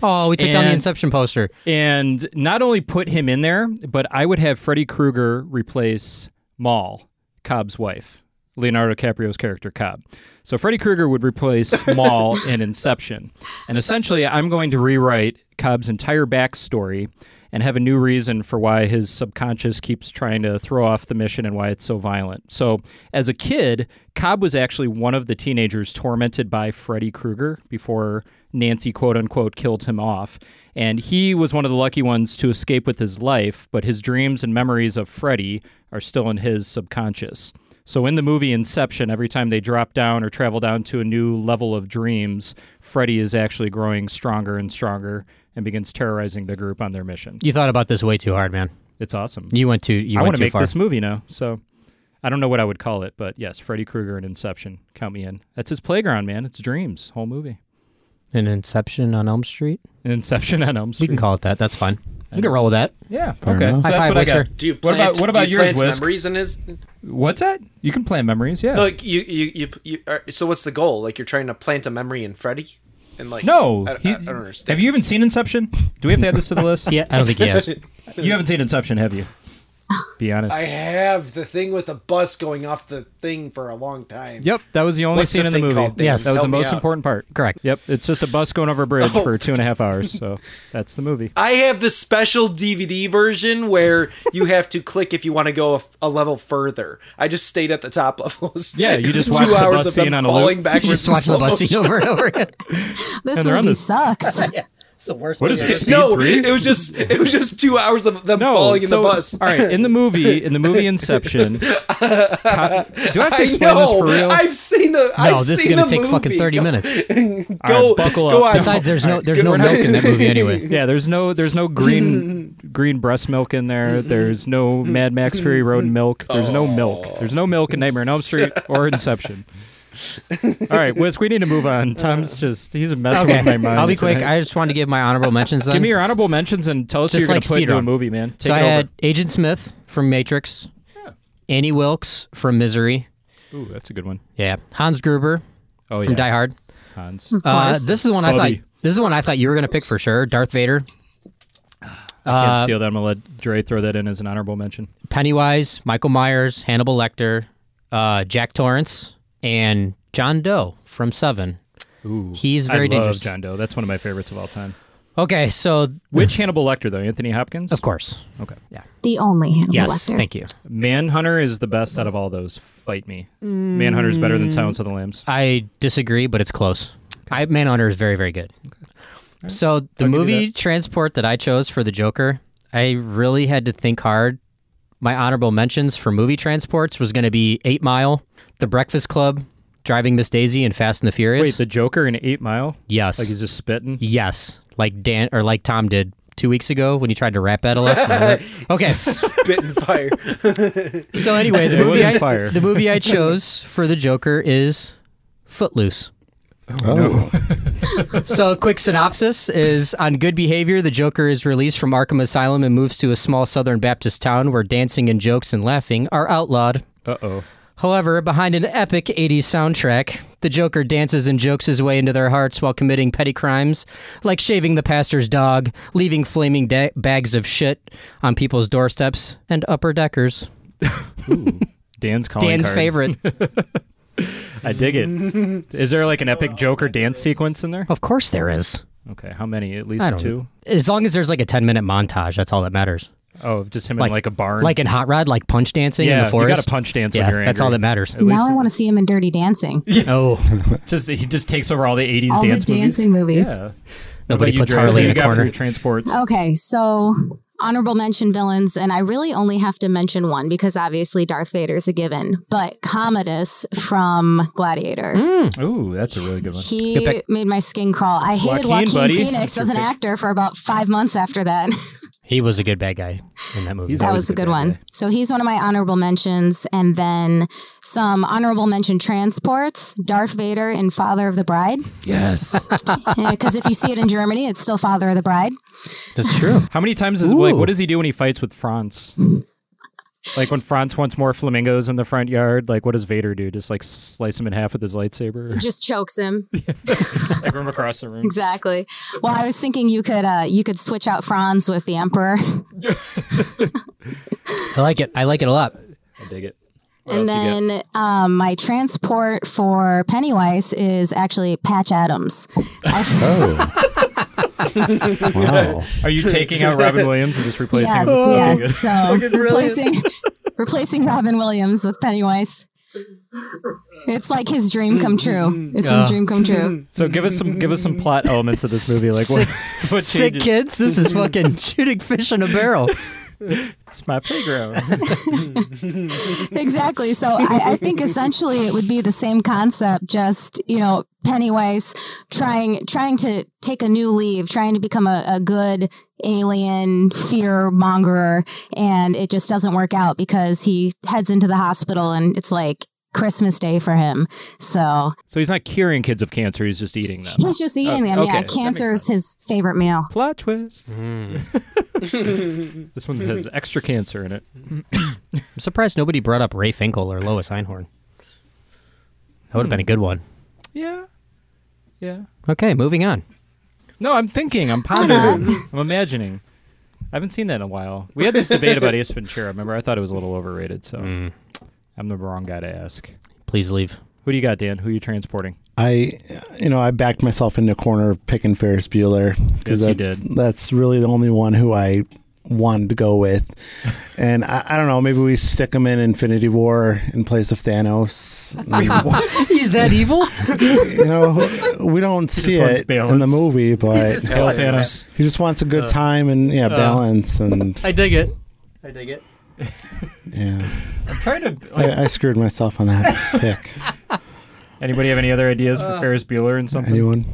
S2: Oh, we took down the
S3: And-
S2: Inception poster.
S3: And not only put him in there, but I would have Freddy Krueger replace Maul, Cobb's wife, Leonardo DiCaprio's character Cobb. So Freddy Krueger would replace Maul in Inception. And essentially, I'm going to rewrite Cobb's entire backstory and have a new reason for why his subconscious keeps trying to throw off the mission and why it's so violent. So, as a kid, Cobb was actually one of the teenagers tormented by Freddy Krueger before Nancy, quote unquote, killed him off. And he was one of the lucky ones to escape with his life, but his dreams and memories of Freddy are still in his subconscious. So in the movie Inception, every time they drop down or travel down to a new level of dreams, Freddy is actually growing stronger and stronger and begins terrorizing the group on their mission.
S2: You thought about this way too hard, man.
S3: It's awesome.
S2: You went too. You
S3: I
S2: went
S3: want to
S2: too
S3: make
S2: far.
S3: this movie now, so I don't know what I would call it, but yes, Freddy Krueger and Inception, count me in. That's his playground, man. It's dreams, whole movie.
S2: An Inception on Elm Street.
S3: Inception on Elm Street.
S2: We can call it that. That's fine. We
S3: Uh,
S2: can roll with that.
S3: Yeah. okay. So
S2: High
S3: that's
S2: five,
S3: what I
S2: Whisker.
S3: got.
S1: Do you
S3: What
S1: plant,
S3: about- what about
S1: do you
S3: yours,
S1: plant
S3: Whisk?
S1: memories in his?
S3: What's that? You can plan memories, yeah.
S1: No, like you, you, you, you are, so what's the goal? Like you're trying to plant a memory in Freddy, and like
S3: No,
S1: I, I-
S3: he-
S1: I don't understand.
S3: Have you even seen Inception? Do we have to add this to the list?
S1: Yeah, I don't think he has.
S3: You haven't seen Inception, have you? Be honest.
S16: I have the thing with the bus going off the thing for a long time.
S3: Yep, that was the only
S16: What's
S3: scene
S16: the
S3: in the
S16: thing
S3: movie.
S16: called? Yes.
S3: that was the
S16: Help me
S3: most
S16: out.
S3: important part. Correct. Yep, it's just a bus going over a bridge for two and a half hours. So that's the movie.
S1: I have the special DVD version where you have to click if you want to go a, a level further. I just stayed at the top levels.
S3: Yeah, you just
S1: Two
S3: watched the
S1: hours
S3: bus
S1: of
S3: scene
S1: them
S3: on a loop.
S1: falling
S3: You
S1: backwards.
S2: just watched the bus scene over and over
S1: again.
S15: This
S1: And they're on
S15: movie
S1: the-
S15: sucks.
S2: It's the worst.
S3: What is this, Speed
S1: no,
S3: three?
S1: it was just it was just two hours of them
S3: No,
S1: falling in
S3: so-
S1: the bus.
S3: All right, in the movie, in the movie Inception, co- do I have to
S1: I
S3: explain this
S1: know.
S3: for real?
S1: I've seen the.
S3: No,
S1: I've
S3: this is
S1: seen
S3: gonna
S1: the
S3: take
S1: movie.
S3: fucking 30
S1: Go-
S3: minutes.
S1: Go,
S3: All right, buckle
S1: go
S3: up.
S1: on.
S2: Besides, there's
S1: All
S2: no
S1: right,
S2: there's
S1: good
S2: no
S1: one.
S2: milk in that movie anyway.
S3: Yeah, there's no there's no green green breast milk in there. There's no Mad Max Fury Road milk. There's no milk. There's no milk in Nightmare on Elm Street or Inception. All right, Whisk, we need to move on. Tom's just, he's a mess with my mind.
S2: I'll be quick.
S3: tonight.
S2: I just wanted to give my honorable mentions. Then.
S3: Give me your honorable mentions and tell us who
S2: Just
S3: you're going
S2: like
S3: to put into
S2: speedrun.
S3: a movie, man. Take
S2: so
S3: it
S2: I
S3: over.
S2: had Agent Smith from Matrix, Annie Wilkes from Misery,
S3: Ooh, that's a good one.
S2: yeah, Hans Gruber
S3: Oh,
S2: from
S3: yeah.
S2: Die Hard.
S3: Hans. Of
S2: Uh,
S3: course.
S2: this is one I
S3: Bubby.
S2: thought. This is one I thought you were going to pick for sure. Darth Vader.
S3: I can't
S2: Uh,
S3: steal that. I'm going to let Dre throw that in as an honorable mention.
S2: Pennywise, Michael Myers, Hannibal Lecter, uh, Jack Torrance, and John Doe from Seven.
S3: Ooh,
S2: He's very
S3: I love
S2: dangerous.
S3: John Doe. That's one of my favorites of all time.
S2: Okay, so
S3: Which Hannibal Lecter though? Anthony Hopkins? Of
S2: course.
S3: Okay.
S2: Yeah.
S15: The only Hannibal
S3: Yes,
S15: Lecter.
S2: thank you.
S3: Manhunter is the best out of all those. Fight me.
S2: Mm.
S3: Manhunter's better than Silence of the Lambs.
S2: I disagree, but it's close. I, Manhunter is very, very good. So the
S3: give you
S2: movie transport that I chose for the Joker, I really had to think hard. My honorable mentions for movie transports was going to be Eight Mile, The Breakfast Club, Driving Miss Daisy, and Fast and the Furious.
S3: Wait, the Joker in 8 Mile?
S2: Yes.
S3: Like he's just spitting?
S2: Yes, like Dan or like Tom did two weeks ago when he tried to rap battle us. remember? okay,
S1: spitting fire.
S2: so anyway, the
S1: It
S2: movie,
S1: wasn't
S2: I,
S1: fire.
S2: the movie I chose for the Joker is Footloose.
S9: Oh.
S2: so, a quick synopsis is on good behavior, the Joker is released from Arkham Asylum and moves to a small Southern Baptist town where dancing and jokes and laughing are outlawed.
S3: Uh oh.
S2: However, behind an epic 80s soundtrack, the Joker dances and jokes his way into their hearts while committing petty crimes like shaving the pastor's dog, leaving flaming da- bags of shit on people's doorsteps, and upper deckers.
S3: Dan's calling
S2: Dan's
S3: card.
S2: favorite.
S3: I dig it. Is there like an epic Joker dance sequence in there?
S2: Of course there is.
S3: Okay, how many? At
S2: Oh. I
S3: least
S2: don't-
S3: two?
S2: As long as there's like a 10 minute montage, that's all that matters.
S3: Oh, just him in like a barn?
S2: Like in Hot Rod, like punch dancing in
S3: Yeah,
S2: the
S3: you
S2: forest.
S3: gotta punch dance when
S2: Yeah,
S3: you're
S2: that's all
S3: angry.
S2: that matters.
S3: At least-
S15: Now I want to see him in Dirty Dancing.
S2: Oh.
S3: just He just takes over all the 80s
S15: All the
S3: dance movies?
S15: dancing movies.
S3: Yeah. What
S2: Nobody
S3: about you,
S2: puts
S3: Dre?
S2: Harley
S3: What
S2: in
S3: you
S2: a
S3: got for
S2: corner.
S3: your transports.
S15: Okay, so honorable mention villains, and I really only have to mention one because obviously Darth Vader's a given, but Commodus from Gladiator.
S3: Ooh, that's a really good one.
S15: He made my skin crawl. I hated
S2: Joaquin,
S15: Joaquin,
S2: buddy.
S15: Phoenix as an actor for about five months after that.
S2: He was a good bad guy in that movie.
S15: that was a good one. So he's one of my honorable mentions. And then some honorable mention transports Darth Vader in Father of the Bride.
S3: Yes.
S15: Because if you see it in Germany, it's still Father of the Bride.
S2: That's true.
S3: How many times is like what does he do when he fights with Franz? Like when Franz wants more flamingos in the front yard, like what does Vader do? Just like slice him in half with his lightsaber?
S15: Just chokes him.
S3: like room across the room.
S15: Exactly. Well, I was thinking you could uh, you could switch out Franz with the Emperor,
S2: I like it. I like it a lot.
S3: I dig it.
S15: and then um, my transport for Pennywise is actually Patch Adams.
S9: Wow.
S3: Are you taking out Robin Williams and just replacing
S15: yes,
S3: him with
S15: yes. So
S3: Flamingo?
S15: replacing replacing Robin Williams with Pennywise. It's like his dream come true. It's
S3: Uh,
S15: his dream come true.
S3: So give us some give us some plot elements of this movie. Like what,
S2: sick,
S3: what
S2: sick
S3: changes?
S2: kids, this is fucking shooting fish in a barrel.
S3: It's my playground.
S15: Exactly. So I, I think essentially it would be the same concept, just you know, Pennywise trying trying to take a new leave, trying to become a, a good alien fear mongerer, and it just doesn't work out because he heads into the hospital and it's like Christmas Day for him. So
S3: so he's not curing kids of cancer, he's just eating them.
S15: He's just eating
S3: Oh,
S15: them.
S3: okay.
S15: Yeah,
S3: That
S15: cancer is his favorite meal.
S3: Plot twist. Mm. This one has extra cancer in it.
S2: I'm surprised nobody brought up Ray Finkel or Lois Einhorn. That would have been a good one.
S3: Yeah. Yeah.
S2: Okay, moving on.
S3: No, I'm thinking. I'm pondering. I'm imagining. I haven't seen that in a while. We had this debate about Ace Ventura. Remember, I thought it was a little overrated, so I'm the wrong guy to ask.
S2: Please leave.
S3: Who do you got, Dan? Who are you transporting?
S9: I, you know, I backed myself in the corner of picking Ferris Bueller
S3: Yes, you
S9: that's, that's really the only one who I wanted to go with. and I, I don't know, maybe we stick him in Infinity War in place of Thanos. I mean, what-
S2: He's that evil?
S9: you know, we don't see
S3: wants
S9: it in the
S3: balance.
S9: movie, but
S2: just wants Hail balance.
S9: he just wants a good
S2: Uh,
S9: time and yeah,
S2: uh,
S9: balance and
S2: I dig it. I dig it.
S9: yeah.
S3: I'm trying to.
S9: I, I screwed myself on that pick.
S3: Anybody have any other ideas for
S2: Uh,
S3: Ferris Bueller and something?
S9: Anyone?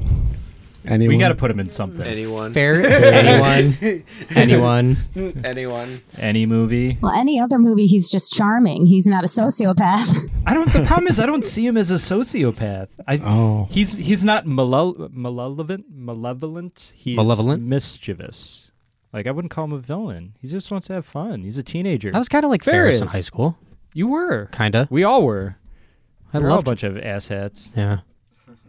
S9: Anyone?
S3: We got to put him in something.
S1: Anyone.
S2: Fair. anyone. Anyone.
S1: Anyone.
S3: Any movie.
S15: Well, any other movie, he's just charming. He's not a sociopath.
S3: I don't. The problem is I don't see him as a sociopath. I,
S9: oh.
S3: He's he's not malol- malevolent. Malevolent. He's
S2: Malevolent?
S3: mischievous. Like I wouldn't call him a villain. He just wants to have fun. He's a teenager.
S2: I was kind of like Ferris, in high school.
S3: You were.
S2: Kinda.
S3: We all were.
S2: I
S3: we were all a
S2: loved-
S3: bunch of asshats.
S2: Yeah.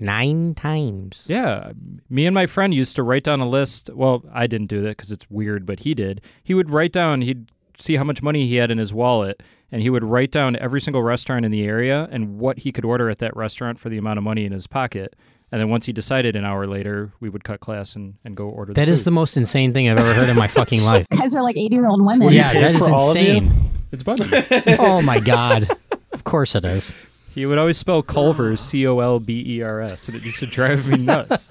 S2: Nine times.
S3: Yeah. Me and my friend used to write down a list. Well, I didn't do that because it's weird, but he did. He would write down, he'd see how much money he had in his wallet, and he would write down every single restaurant in the area and what he could order at that restaurant for the amount of money in his pocket. And then once he decided an hour later, we would cut class and, and go order
S2: That is the most insane thing I've ever heard in my fucking life.
S15: Guys are like 80 year old women.
S2: yeah, that is
S3: for all of you?
S2: insane.
S3: It's bugging.
S2: oh my god. Of course it is.
S3: He would always spell Culver C O L B E R S, and it used to drive me nuts.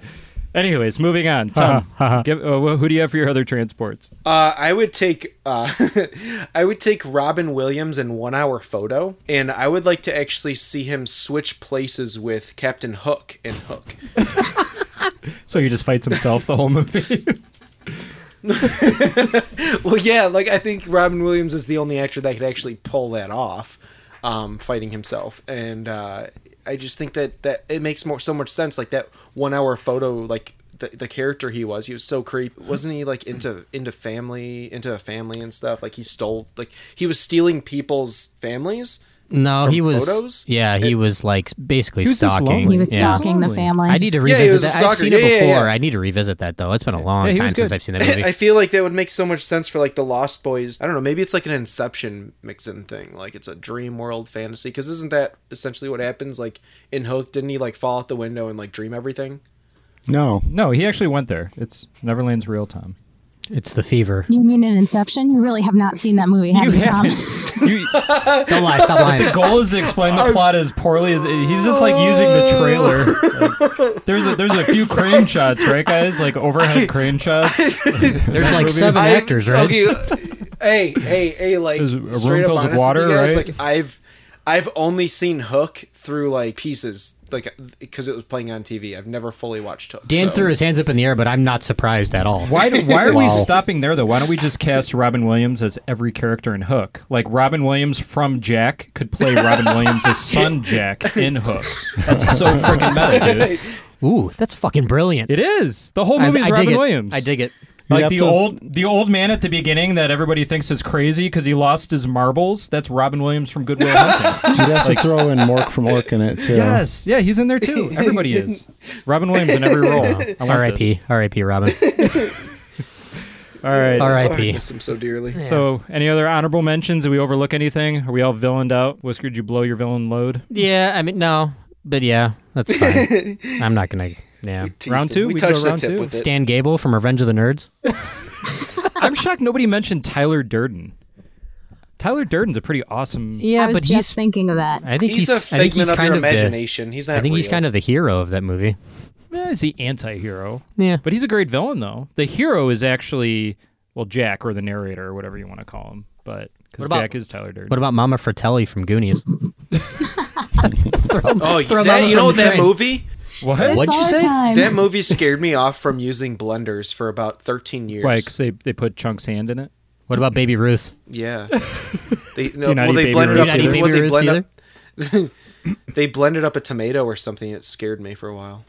S3: Anyways, moving on. Tom, give, uh, wh- who do you have for your other transports?
S1: Uh, I would take uh, I would take Robin Williams in one hour photo, and I would like to actually see him switch places with Captain Hook in Hook.
S3: So he just fights himself the whole movie.
S1: well, yeah, like I think Robin Williams is the only actor that could actually pull that off, um, fighting himself, and uh, I just think that that it makes more so much sense. Like that one hour photo, like. The, the character he was he was so creep wasn't he like into into family into a family and stuff like he stole like he was stealing people's families
S2: No,
S1: From
S2: he was.
S1: photos?
S2: Yeah, he was like basically
S1: He was just
S2: stalking.
S1: lonely. He was
S2: yeah.
S15: stalking the family.
S2: I need to
S1: Yeah, he
S2: revisit
S1: was a
S2: that. I've
S1: stalker.
S2: seen it
S1: Yeah, yeah,
S2: before.
S1: yeah.
S2: I need to revisit that though. It's been a long
S1: Yeah, he
S2: time
S1: was
S2: since
S1: good.
S2: I've seen that movie.
S1: I feel like that would make so much sense for like the Lost Boys. I don't know. Maybe it's like an Inception mix-in thing. Like it's a dream world fantasy. Because isn't that essentially what happens? Like in Hook, didn't he like fall out the window and like dream everything?
S9: No.
S3: No, he actually went there. It's Neverland's real time.
S2: It's the fever.
S15: You mean an Inception? You really have not seen that movie, have you, Tom?
S2: Don't lie, stop lying.
S3: The goal is to explain the plot as poorly as he's just like using the trailer. Like, there's a, there's a few crane shots, right, guys? Like overhead crane shots.
S2: There's like
S3: Movie.
S2: seven actors, right?
S1: Okay. uh, hey, hey, hey! Like
S3: There's a room
S1: straight up
S3: fills
S1: honest
S3: with
S1: with
S3: water,
S1: you guys,
S3: right?
S1: Like I've I've only seen Hook through like pieces, like because it was playing on TV. I've never fully watched Hook.
S2: Dan
S1: so-
S2: threw his hands up in the air, but I'm not surprised at all.
S3: Why, do, why are we
S2: Wow.
S3: stopping there though? Why don't we just cast Robin Williams as every character in Hook? Like Robin Williams from Jack could play Robin Williams' son Jack in Hook. That's so freaking meta, dude.
S2: Ooh, that's fucking brilliant.
S3: It is. The whole movie's
S2: I, I dig
S3: Robin
S2: it.
S3: Williams.
S2: I dig it.
S3: Like the old the old man at the beginning that everybody thinks is crazy because he lost his marbles. That's Robin Williams from Goodwill Hunting.
S9: You'd have to throw in Mork from Ork in it too.
S3: Yes, yeah, he's in there too. Everybody is. Robin Williams in every role. I want
S2: R.I.P. R.I.P. Robin.
S3: this. All right.
S1: I miss him so dearly.
S3: So, any other honorable mentions? Did we overlook anything? Are we all villained out? Whisker, did you blow your villain load?
S2: Yeah, I mean no, but yeah, that's fine. I'm not gonna. Yeah,
S1: teased Round him. two? We We go touched the round tip two? with it.
S2: Stan Gable from Revenge of the Nerds.
S3: I'm shocked nobody mentioned Tyler Durden. Tyler Durden's a pretty awesome.
S15: I was just thinking of that.
S2: I think
S1: He's
S2: he's,
S1: a
S2: I
S1: figment
S2: think he's
S1: of your
S2: kind of the-
S1: imagination. He's
S2: I
S1: not
S2: think he's
S1: real.
S2: kind of the hero of that movie.
S3: Eh, is he anti-hero?
S2: Yeah.
S3: But he's a great villain though. The hero is actually well Jack or the narrator or whatever you want to call him, but
S2: What
S3: because
S2: about-
S3: Jack is Tyler Durden.
S2: What about Mama Fratelli from Goonies?
S1: Oh,
S2: throw
S1: that,
S2: Mama
S1: you
S2: from
S1: know
S2: the
S1: that
S2: train.
S1: movie?
S3: What?
S15: It's What'd you our say? time.
S1: That movie scared me off from using blenders for about 13 years.
S3: Why? 'Cause they they put Chunk's hand in it.
S2: What about Baby Ruth?
S1: yeah. They, no,
S3: You're not
S1: well,
S3: eating
S1: they
S3: Baby
S1: blended
S3: Ruth's
S1: up. well,
S3: either?
S1: they
S2: Baby
S1: blend
S2: Ruth's
S1: up. they blended up a tomato or something. It scared me for a while.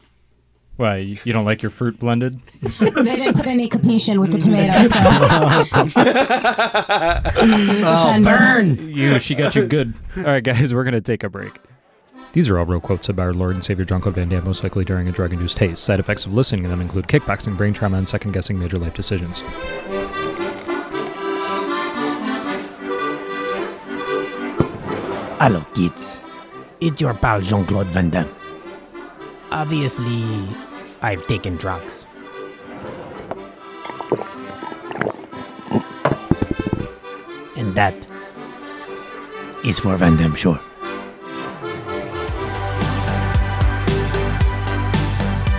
S3: Why you you don't like your fruit blended?
S15: they didn't put any capuchin with the tomatoes, so it was
S2: Oh,
S15: offended.
S3: You, she got you good. All right, guys, we're gonna take a break. These are all real quotes of our Lord and Savior John Claude Van Damme, most likely during a drug-induced haze. Side effects of listening to them include kickboxing, brain trauma, and second-guessing major life decisions.
S17: Hello, kids. It's your pal Jean Claude Van Damme. Obviously, I've taken drugs. And that is for Van Damme, sure.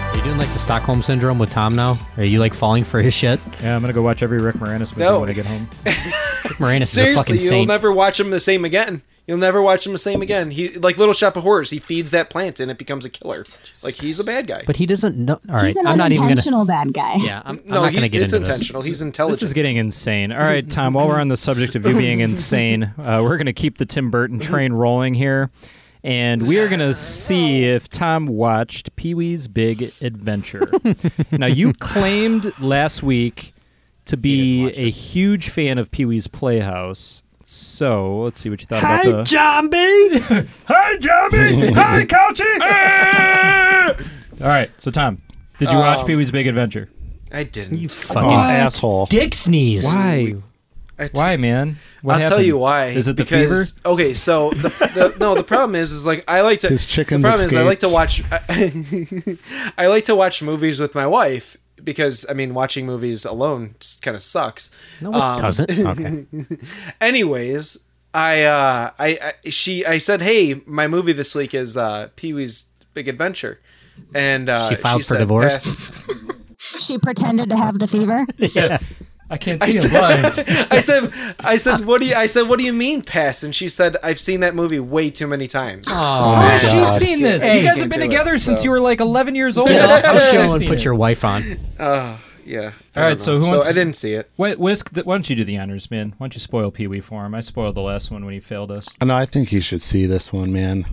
S2: Are you doing like the Stockholm syndrome with Tom now? Are you like falling for his shit?
S3: Yeah, I'm gonna go watch every Rick Moranis movie
S1: No.
S3: when I get home.
S2: Moranis is a
S1: Seriously,
S2: fucking
S1: you'll
S2: saint.
S1: never watch them the same again. You'll never watch him the same again. He like Little Shop of Horrors. He feeds that plant and it becomes a killer. Like he's a bad guy.
S2: But he doesn't know. All right,
S15: He's an
S2: I'm not even gonna.
S15: unintentional bad guy.
S2: Yeah, I'm, I'm not
S1: he-
S2: gonna get
S1: it's
S2: into
S1: intentional. He's intelligent.
S3: This is getting insane. All right, Tom. While we're on the subject of you being insane, uh, we're going to keep the Tim Burton train rolling here, and we are going to see if Tom watched Pee Wee's Big Adventure. now, you claimed last week to be a huge fan of Pee Wee's Playhouse. So let's see what you thought
S4: Hi,
S3: about the.
S4: zombie! Hi, zombie! Hi, Couchy!
S3: All right, so Tom, did you watch
S1: Um,
S3: Pee Wee's Big Adventure?
S1: I didn't. You
S3: fucking What? asshole.
S14: Dick sneeze.
S3: Why? Why, man? What
S1: I'll tell
S3: happened?
S1: you why.
S3: Is it the
S1: because, fever? Okay, so the, the no, the problem is is like I like to.
S9: His chickens
S1: The problem is I like to
S9: escaped.
S1: watch. I, I like to watch movies with my wife because I mean watching movies alone kind of sucks.
S2: No, it
S3: Um,
S2: doesn't. Okay.
S1: anyways, I uh I, I she I said, "Hey, my movie this week is uh Pee Wee's Big Adventure." And uh,
S2: She filed for
S1: said,
S2: divorce?
S1: "Pass."
S15: She pretended to have the fever.
S3: Yeah. I can't
S1: I
S3: see him
S1: said,
S3: blind.
S1: I said, I said, what do you? I said, what do you mean, pass? And she said, I've seen that movie way too many times.
S2: Oh,
S3: Why has she seen this? you guys have been together since you were like 11 years old.
S2: I'll
S3: I've
S2: show and
S3: seen
S2: put
S3: it.
S2: your wife on.
S1: Uh, yeah. I
S3: All right,
S1: don't
S3: so
S1: know.
S3: who wants?
S1: I didn't see it.
S3: Wait, Whisk, th- why don't you do the honors, man? Why don't you spoil Pee Wee for him? I spoiled the last one when he failed us.
S9: I know. I think you should see this one, man.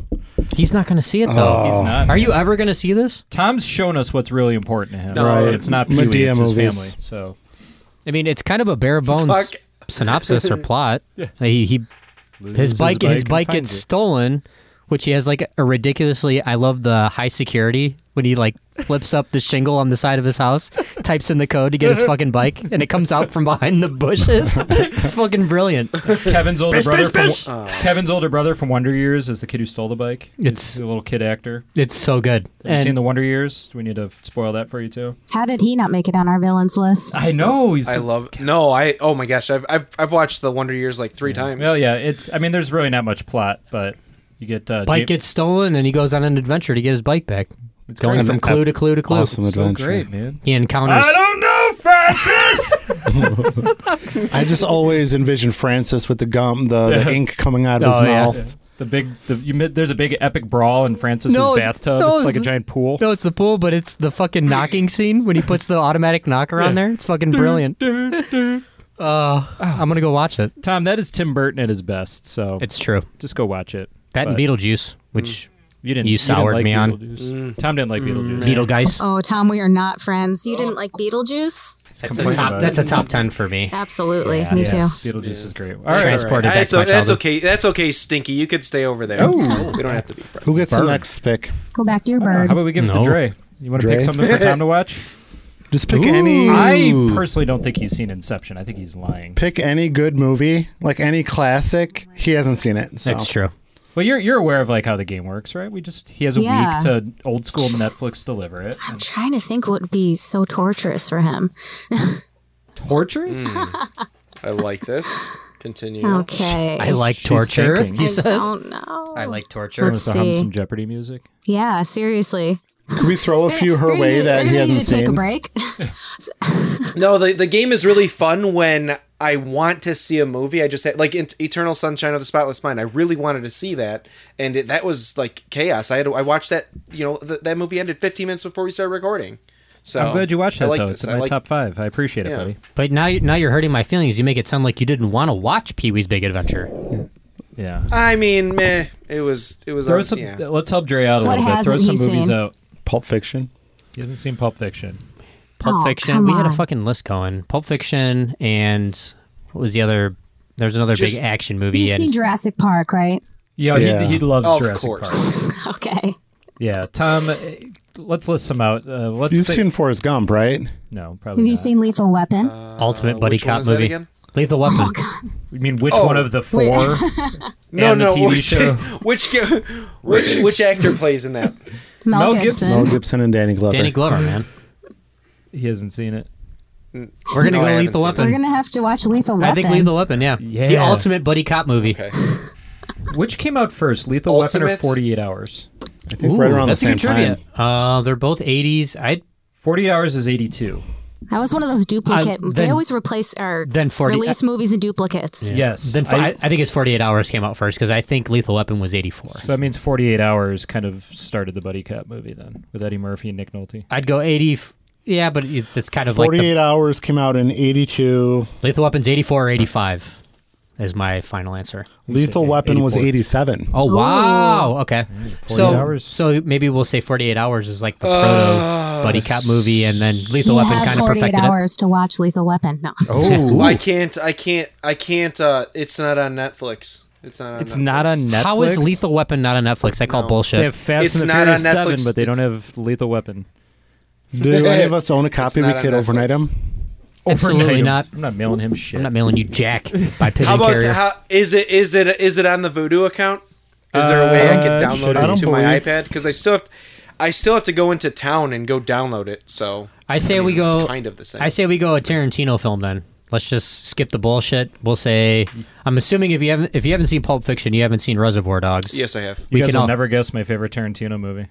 S2: He's not gonna see it though.
S9: Oh.
S3: He's not.
S2: Are you ever gonna see this?
S3: Tom's shown us what's really important to him.
S2: No. Right.
S3: It's not Pee Wee,
S2: Madea
S3: it's his
S2: movies.
S3: family. So
S2: I mean, it's kind of a bare bones
S3: Fuck.
S2: synopsis or plot.
S3: Yeah.
S2: He, he
S3: Loses
S2: his
S3: his
S2: bike
S3: bike
S2: his
S3: and
S2: bike
S3: finds
S2: gets
S3: it.
S2: stolen, which he has like a ridiculously. I love the high security when he like flips up the shingle on the side of his house, types in the code to get his fucking bike, and it comes out from behind the bushes. it's fucking brilliant.
S3: Kevin's older
S2: Bish,
S3: brother
S2: bish,
S3: from
S2: bish.
S3: Kevin's older brother from Wonder Years is the kid who stole the bike.
S2: It's-
S3: He's a little kid actor.
S2: It's so good.
S3: Have you
S2: And-
S3: seen the Wonder Years? Do we need to spoil that for you too?
S15: How did he not make it on our villains list?
S2: Uh,
S3: I know. He's
S1: I love. No, I. Oh my gosh, I've I've, I've watched The Wonder Years like three times.
S3: Well, yeah. It's. I mean, there's really not much plot, but you get uh,
S2: Bike
S3: Ja-
S2: gets stolen, and he goes on an adventure to get his bike back. It's going
S3: great.
S2: from
S3: An
S2: clue
S3: ep-
S2: to clue to clue.
S9: awesome It's so adventure. great,
S3: man.
S2: He encounters.
S4: I don't know, Francis!
S9: I just always envision Francis with the gum, the, the ink coming out of his
S3: Oh, yeah.
S9: mouth.
S3: The big, the, you, mi- there's a big epic brawl in Francis's
S2: No,
S3: bathtub.
S2: no,
S3: it's like a
S2: it's-
S3: giant pool.
S2: No, it's the pool, but it's the fucking knocking scene when he puts the automatic knocker on
S3: Yeah.
S2: there. It's fucking brilliant.
S3: Uh,
S2: I'm gonna go watch it.
S3: Tom, that is Tim Burton at his best. So
S2: it's true.
S3: Just go watch it.
S2: That and
S3: But
S2: Beetlejuice, which
S3: you didn't.
S2: you
S3: didn't
S2: soured
S3: like
S2: me on.
S3: Beetlejuice. Tom didn't like Beetlejuice.
S2: Beetlejuice.
S15: Oh, Tom, we are not friends. You didn't like Beetlejuice?
S2: That's a
S3: Complain
S2: top.
S3: about
S2: That's
S3: it.
S2: a top ten for me.
S15: Absolutely. Me too.
S3: Beetlejuice is great. All
S1: All right,
S3: right.
S1: that's,
S2: Transported back to my
S1: that's
S2: childhood.
S1: okay. That's okay, Stinky. You could stay over there. we don't have to be friends.
S9: Who gets the next pick?
S15: Go back to your
S3: How
S15: bird.
S3: about we give it
S9: No.
S3: to Dre? You want to pick
S9: Dre?
S3: something for Tom to watch?
S9: Just pick any.
S3: I personally don't think he's seen Inception. I think he's lying.
S9: pick any good movie, like any classic. He hasn't seen it. So.
S3: That's true. But you're you're aware of like how the game works, right? We just he has a
S15: Yeah.
S3: week to old school Netflix deliver it.
S15: I'm trying to think what would be so torturous for him.
S3: Torturous?
S9: Hmm.
S1: I like this. Continue.
S15: Okay. I like
S3: She's torture, thinking. he I says.
S15: don't know.
S2: I like torture.
S15: Let's
S3: Wants to hum
S15: see.
S3: some Jeopardy music.
S15: Yeah, seriously.
S9: Can we throw a few her
S15: We're
S9: way
S15: gonna-
S9: that
S15: we're
S9: he
S15: gonna need
S9: hasn't
S15: to take a
S9: seen?
S15: break.
S1: No, the, the game is really fun when I want to see a movie. I just had like in- Eternal Sunshine of the Spotless Mind. I really wanted to see that, and it, that was like chaos. I had to- I watched that. You know, th- that movie ended 15 minutes before we started recording. So
S3: I'm glad you watched
S1: Oh. I
S3: that
S1: like
S3: though.
S1: this.
S3: It's in
S1: I
S3: my
S1: like-
S3: top five. I appreciate it,
S1: Yeah.
S3: buddy.
S2: But now, you- now you're hurting my feelings. You make it sound like you didn't want to watch Pee Wee's Big Adventure.
S3: Yeah.
S1: I mean, meh. It was it was.
S3: Throw
S1: uh,
S3: some,
S1: Oh, yeah.
S3: Let's help Dre out a
S1: What
S3: little bit. Throw
S1: hasn't
S3: some
S1: he
S3: movies
S1: seen?
S3: out.
S9: Pulp Fiction.
S3: He hasn't seen Pulp Fiction.
S2: Pulp
S15: Oh,
S2: Fiction.
S15: come
S2: We had a
S15: on.
S2: fucking list going. Pulp Fiction and what was the other? There's another
S15: Just-
S2: big action movie.
S15: You've
S2: and-
S15: seen Jurassic Park, right?
S3: Yeah,
S2: Yeah.
S3: He, he loves
S2: Of
S3: Jurassic Park.
S15: Okay.
S3: Yeah, Tom, eh, let's list some out. Uh, let's
S9: You've
S3: think-
S9: seen Forrest Gump, right?
S15: Mm.
S3: No,
S15: Have you seen Lethal Weapon?
S2: Ultimate
S3: Uh,
S2: buddy
S3: which one
S2: cop
S3: is that
S2: movie.
S3: again?
S2: Lethal Weapon.
S15: Oh,
S3: You mean which
S2: Oh,
S3: one of the four?
S2: wait.
S3: and
S1: No, no.
S3: the TV
S1: which,
S3: show.
S1: which ga- which which actor plays in that?
S15: Mel
S3: Gibson. Gibson.
S9: Mel Gibson and Danny Glover.
S2: Danny Glover, man.
S3: He hasn't seen it.
S2: We're gonna
S3: No, Oh, I
S2: go
S3: haven't
S2: Lethal
S3: seen
S2: Weapon.
S15: We're gonna have to watch Lethal Weapon.
S2: I think Lethal Weapon. Yeah. The
S3: Yeah.
S2: ultimate buddy cop movie.
S3: Which came out first, Lethal Weapon or
S2: Ultimate?
S3: Forty Eight Hours? I
S2: Ooh, that's a good trivia. Uh, they're both 80s. I
S3: Forty Eight Hours is eighty two.
S15: That was one of those duplicate.
S2: Uh,
S15: they
S2: then-
S15: always replace or
S2: then 40
S15: release movies in duplicates.
S2: Then fo-
S3: I-
S2: I, I think it's 48 hours came out first because I think Lethal Weapon was 84.
S3: So that means 48 hours kind of started the buddy cop movie then with Eddie Murphy and Nick Nolte.
S2: I'd go 80. f- Yeah, but it- it's kind of like
S9: 48
S2: the,
S9: hours came out in 82.
S2: Lethal Weapon's 84 or 85 is my final answer.
S9: Lethal Weapon was 87.
S2: Oh wow! Okay,
S9: 48
S2: so
S9: hours.
S2: so maybe we'll say 48 hours is like the proto
S1: Uh,
S2: buddy cop movie, and then Lethal
S15: you
S2: Weapon
S15: have
S2: kind of
S15: 48
S2: perfected it.
S15: hours to watch Lethal Weapon. No.
S1: Oh, I can't. I can't. I can't. uh It's not on Netflix. It's not. On Netflix.
S2: How is Lethal Weapon not on Netflix? I call bullshit.
S3: They have Fast
S1: It's
S3: and the
S1: not
S3: Furious
S1: on
S3: 7,
S1: Netflix.
S3: but they don't have Lethal Weapon.
S9: Do any of us own a
S3: It's
S9: copy? We
S3: not on
S9: could
S3: Netflix.
S9: overnight them.
S2: Absolutely
S3: Overnight.
S2: not.
S3: I'm not mailing him shit.
S2: I'm not mailing you jack by pigeon
S1: How about
S2: carrier.
S1: how is it? Is it? Is it on the Voodoo account? Is there a way I could
S2: Uh,
S1: download
S2: should I
S1: it to
S2: don't
S1: my
S2: believe-
S1: iPad? Because I still have. To, I still have to go into town and go download it. So
S2: I say
S1: mean,
S2: we
S1: it's
S2: go.
S1: kind of the same.
S2: I say we go a Tarantino film then. Let's just skip the bullshit. We'll say I'm assuming if you haven't if you haven't seen Pulp Fiction, you haven't seen Reservoir Dogs.
S1: Yes, I have.
S3: You
S2: We
S3: guys
S2: can
S3: will
S2: all-
S3: never guess my favorite Tarantino movie.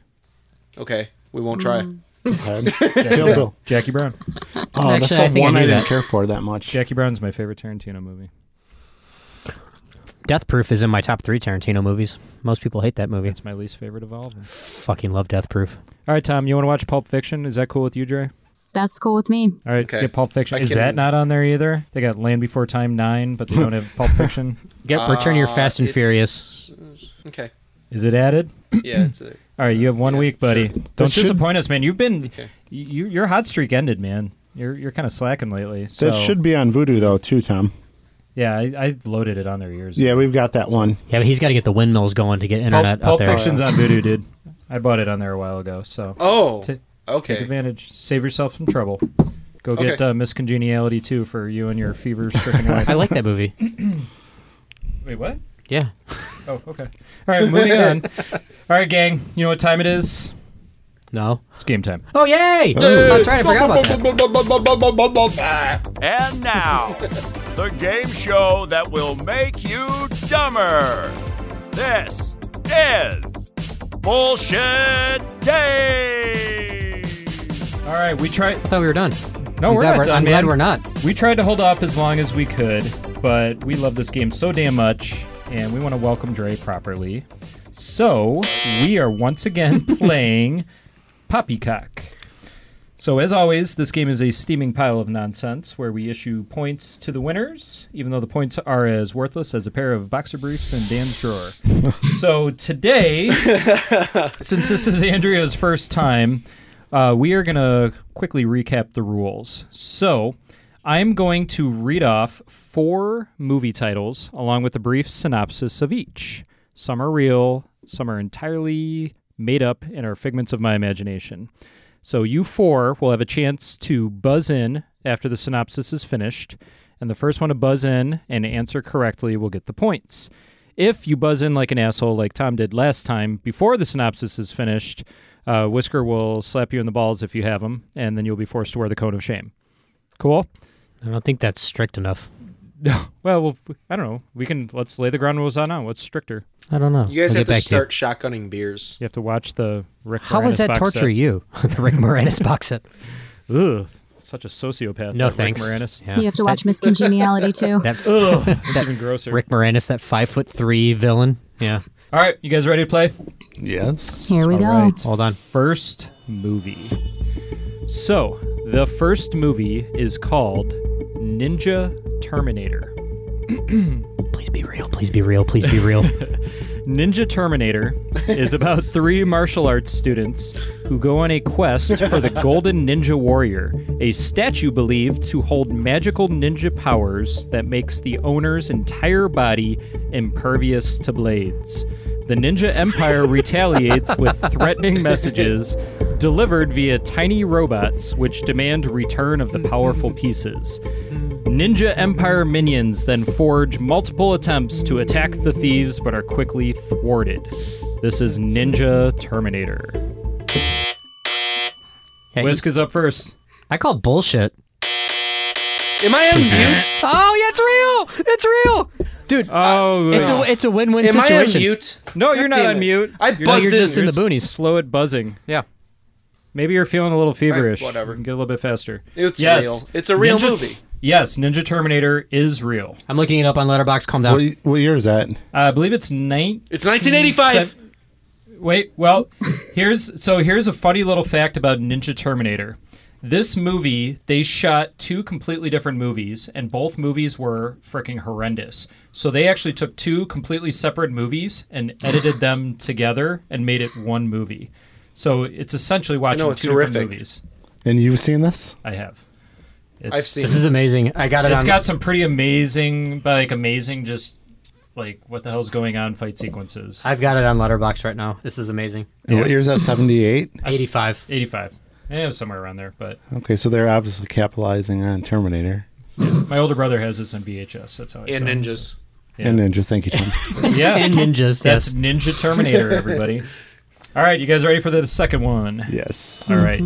S1: okay, we won't try.
S2: Mm.
S3: Jackie
S9: Bill
S3: Brown.
S9: Bill.
S3: Jackie Brown.
S9: Oh, that's the one I, didn't care for that much.
S3: Jackie Brown's my favorite Tarantino movie.
S2: Death Proof is in my top three Tarantino movies. Most people hate that movie.
S3: It's my least favorite of all of them.
S2: Fucking love Death Proof.
S3: All right, Tom, you want to watch Pulp Fiction? Is that cool with you, Dre?
S15: That's cool with me.
S3: All right, get Pulp Fiction.
S15: I
S3: is
S15: can-
S3: that not on there either? They got Land Before Time 9, but they don't have Pulp Fiction.
S2: Get Return Your Fast and
S1: Uh, it's-
S2: Furious.
S1: Okay.
S3: Is it added?
S1: Yeah, it's there.
S3: All right, you have one week, buddy.
S9: That
S3: Don't
S9: should-
S3: disappoint us, man. You've been you, your hot streak ended, man. You're you're kind of slacking lately. So
S9: That should be on Voodoo though, too, Tom.
S3: yeah, I, I loaded it on their ears.
S9: Yeah, we've got that one.
S2: Yeah, but he's got to get the windmills going to get internet
S3: Pulp,
S2: out there.
S3: Pulp Fiction's on Voodoo, dude. I bought it on there a while ago. So
S1: Oh,
S3: Ta- Take
S1: okay.
S3: advantage. Save yourself some trouble. Go
S1: Okay.
S3: get uh, Miss Congeniality too for you and your fever-stricken wife.
S2: I like that movie.
S3: Wait, what?
S2: Yeah.
S3: Oh, okay. All right, moving on. All right, gang. You know what time it is?
S2: No.
S3: It's game time.
S2: Oh yay! That's right. I forgot about that.
S4: And now, the game show that will make you dumber. This is Bullshit Day.
S3: All right, we tried. I
S2: thought we were done.
S3: No,
S2: I'm
S3: we're
S2: glad
S3: not
S2: we're-
S3: done,
S2: I'm glad
S3: man.
S2: we're not.
S3: We tried to hold off as long as we could, but we love this game so damn much, and we want to welcome Dre properly. So we are once again playing Poppycock. So as always, this game is a steaming pile of nonsense where we issue points to the winners, even though the points are as worthless as a pair of boxer briefs in Dan's drawer. so today, since this is Andrea's first time, uh, we are going to quickly recap the rules. So I'm going to read off four movie titles along with a brief synopsis of each. Some are real, some are entirely made up and are figments of my imagination. So you four will have a chance to buzz in after the synopsis is finished, and the first one to buzz in and answer correctly will get the points. If you buzz in like an asshole, like Tom did last time, before the synopsis is finished, uh, Whisker will slap you in the balls if you have them, and then you'll be forced to wear the cone of shame. Cool.
S2: I don't think that's strict enough.
S3: Well, we'll I don't know. We can let's lay the ground rules out now. What's stricter?
S2: I don't know.
S1: You guys
S2: We'll
S1: have to
S2: get back to
S1: start
S2: you.
S1: shotgunning beers.
S3: You have to watch the Rick.
S2: How
S3: Moranis
S2: is that
S3: box
S2: torture
S3: set.
S2: you? the Rick Moranis box set.
S3: Ugh, such a sociopath.
S2: No
S3: that Rick
S2: thanks.
S3: Moranis.
S2: Yeah.
S15: You have to watch Miss Congeniality too.
S2: That,
S3: Ugh, that's
S2: that
S3: even grosser.
S2: Rick Moranis, that five foot three villain. Yeah.
S3: All right, you guys ready to play?
S9: Yes.
S15: Here we
S3: All
S15: go.
S3: right.
S2: Hold on.
S3: First movie. So, the first movie is called Ninja Terminator.
S2: Please be real. Please be real. Please be real.
S3: Ninja Terminator is about three martial arts students who go on a quest for the Golden Ninja Warrior, a statue believed to hold magical ninja powers that makes the owner's entire body impervious to blades. The Ninja Empire retaliates with threatening messages delivered via tiny robots which demand return of the powerful pieces. Ninja Empire minions then forge multiple attempts to attack the thieves but are quickly thwarted. This is Ninja Terminator. Whisk is up first.
S2: I call bullshit.
S1: Am I on mute?
S2: Oh, yeah, it's real. It's real. Dude,
S3: oh,
S2: it's a it's a win win
S1: Am I on
S2: situation.
S1: mute?
S3: No, you're
S1: God
S3: not
S1: damn
S3: on
S1: it.
S3: mute.
S1: I
S3: You're
S1: buzzed
S3: not-
S1: in.
S3: You're s- Slow at buzzing.
S2: Yeah.
S3: Maybe you're feeling a little feverish.
S1: whatever.
S3: You can Get a little bit faster.
S1: It's real. It's a real
S3: Ninja-
S1: movie.
S3: Yes, Ninja Terminator is real.
S2: I'm looking it up on Letterbox. Calm down.
S9: What, what year is that?
S3: I believe it's nine.
S1: It's 1985.
S3: Wait, well, here's so here's a funny little fact about Ninja Terminator. This movie, they shot two completely different movies, and both movies were freaking horrendous. So they actually took two completely separate movies and edited them together and made it one movie. So it's essentially watching
S1: it's
S3: two
S1: horrific.
S3: different movies.
S9: And you've seen this?
S3: I have.
S1: I've seen
S2: This is amazing. I got it.
S3: It's
S2: on,
S3: got some pretty amazing, but like amazing, just like what the hell's going on fight sequences.
S2: I've got it on Letterbox right now. This is amazing.
S9: And What year is that? 78?
S2: 85.
S3: 85. Yeah, Eh, it was somewhere around there. But
S9: Okay, so they're obviously capitalizing on Terminator.
S3: my older brother has this on VHS. That's how I
S1: And
S3: saw it,
S1: ninjas.
S9: And Ninja, thank you, Tom.
S3: so- Yeah.
S2: And ninjas,
S3: That's
S2: yes.
S3: Ninja Terminator, everybody. All right, you guys ready for the second one?
S9: Yes.
S3: All right.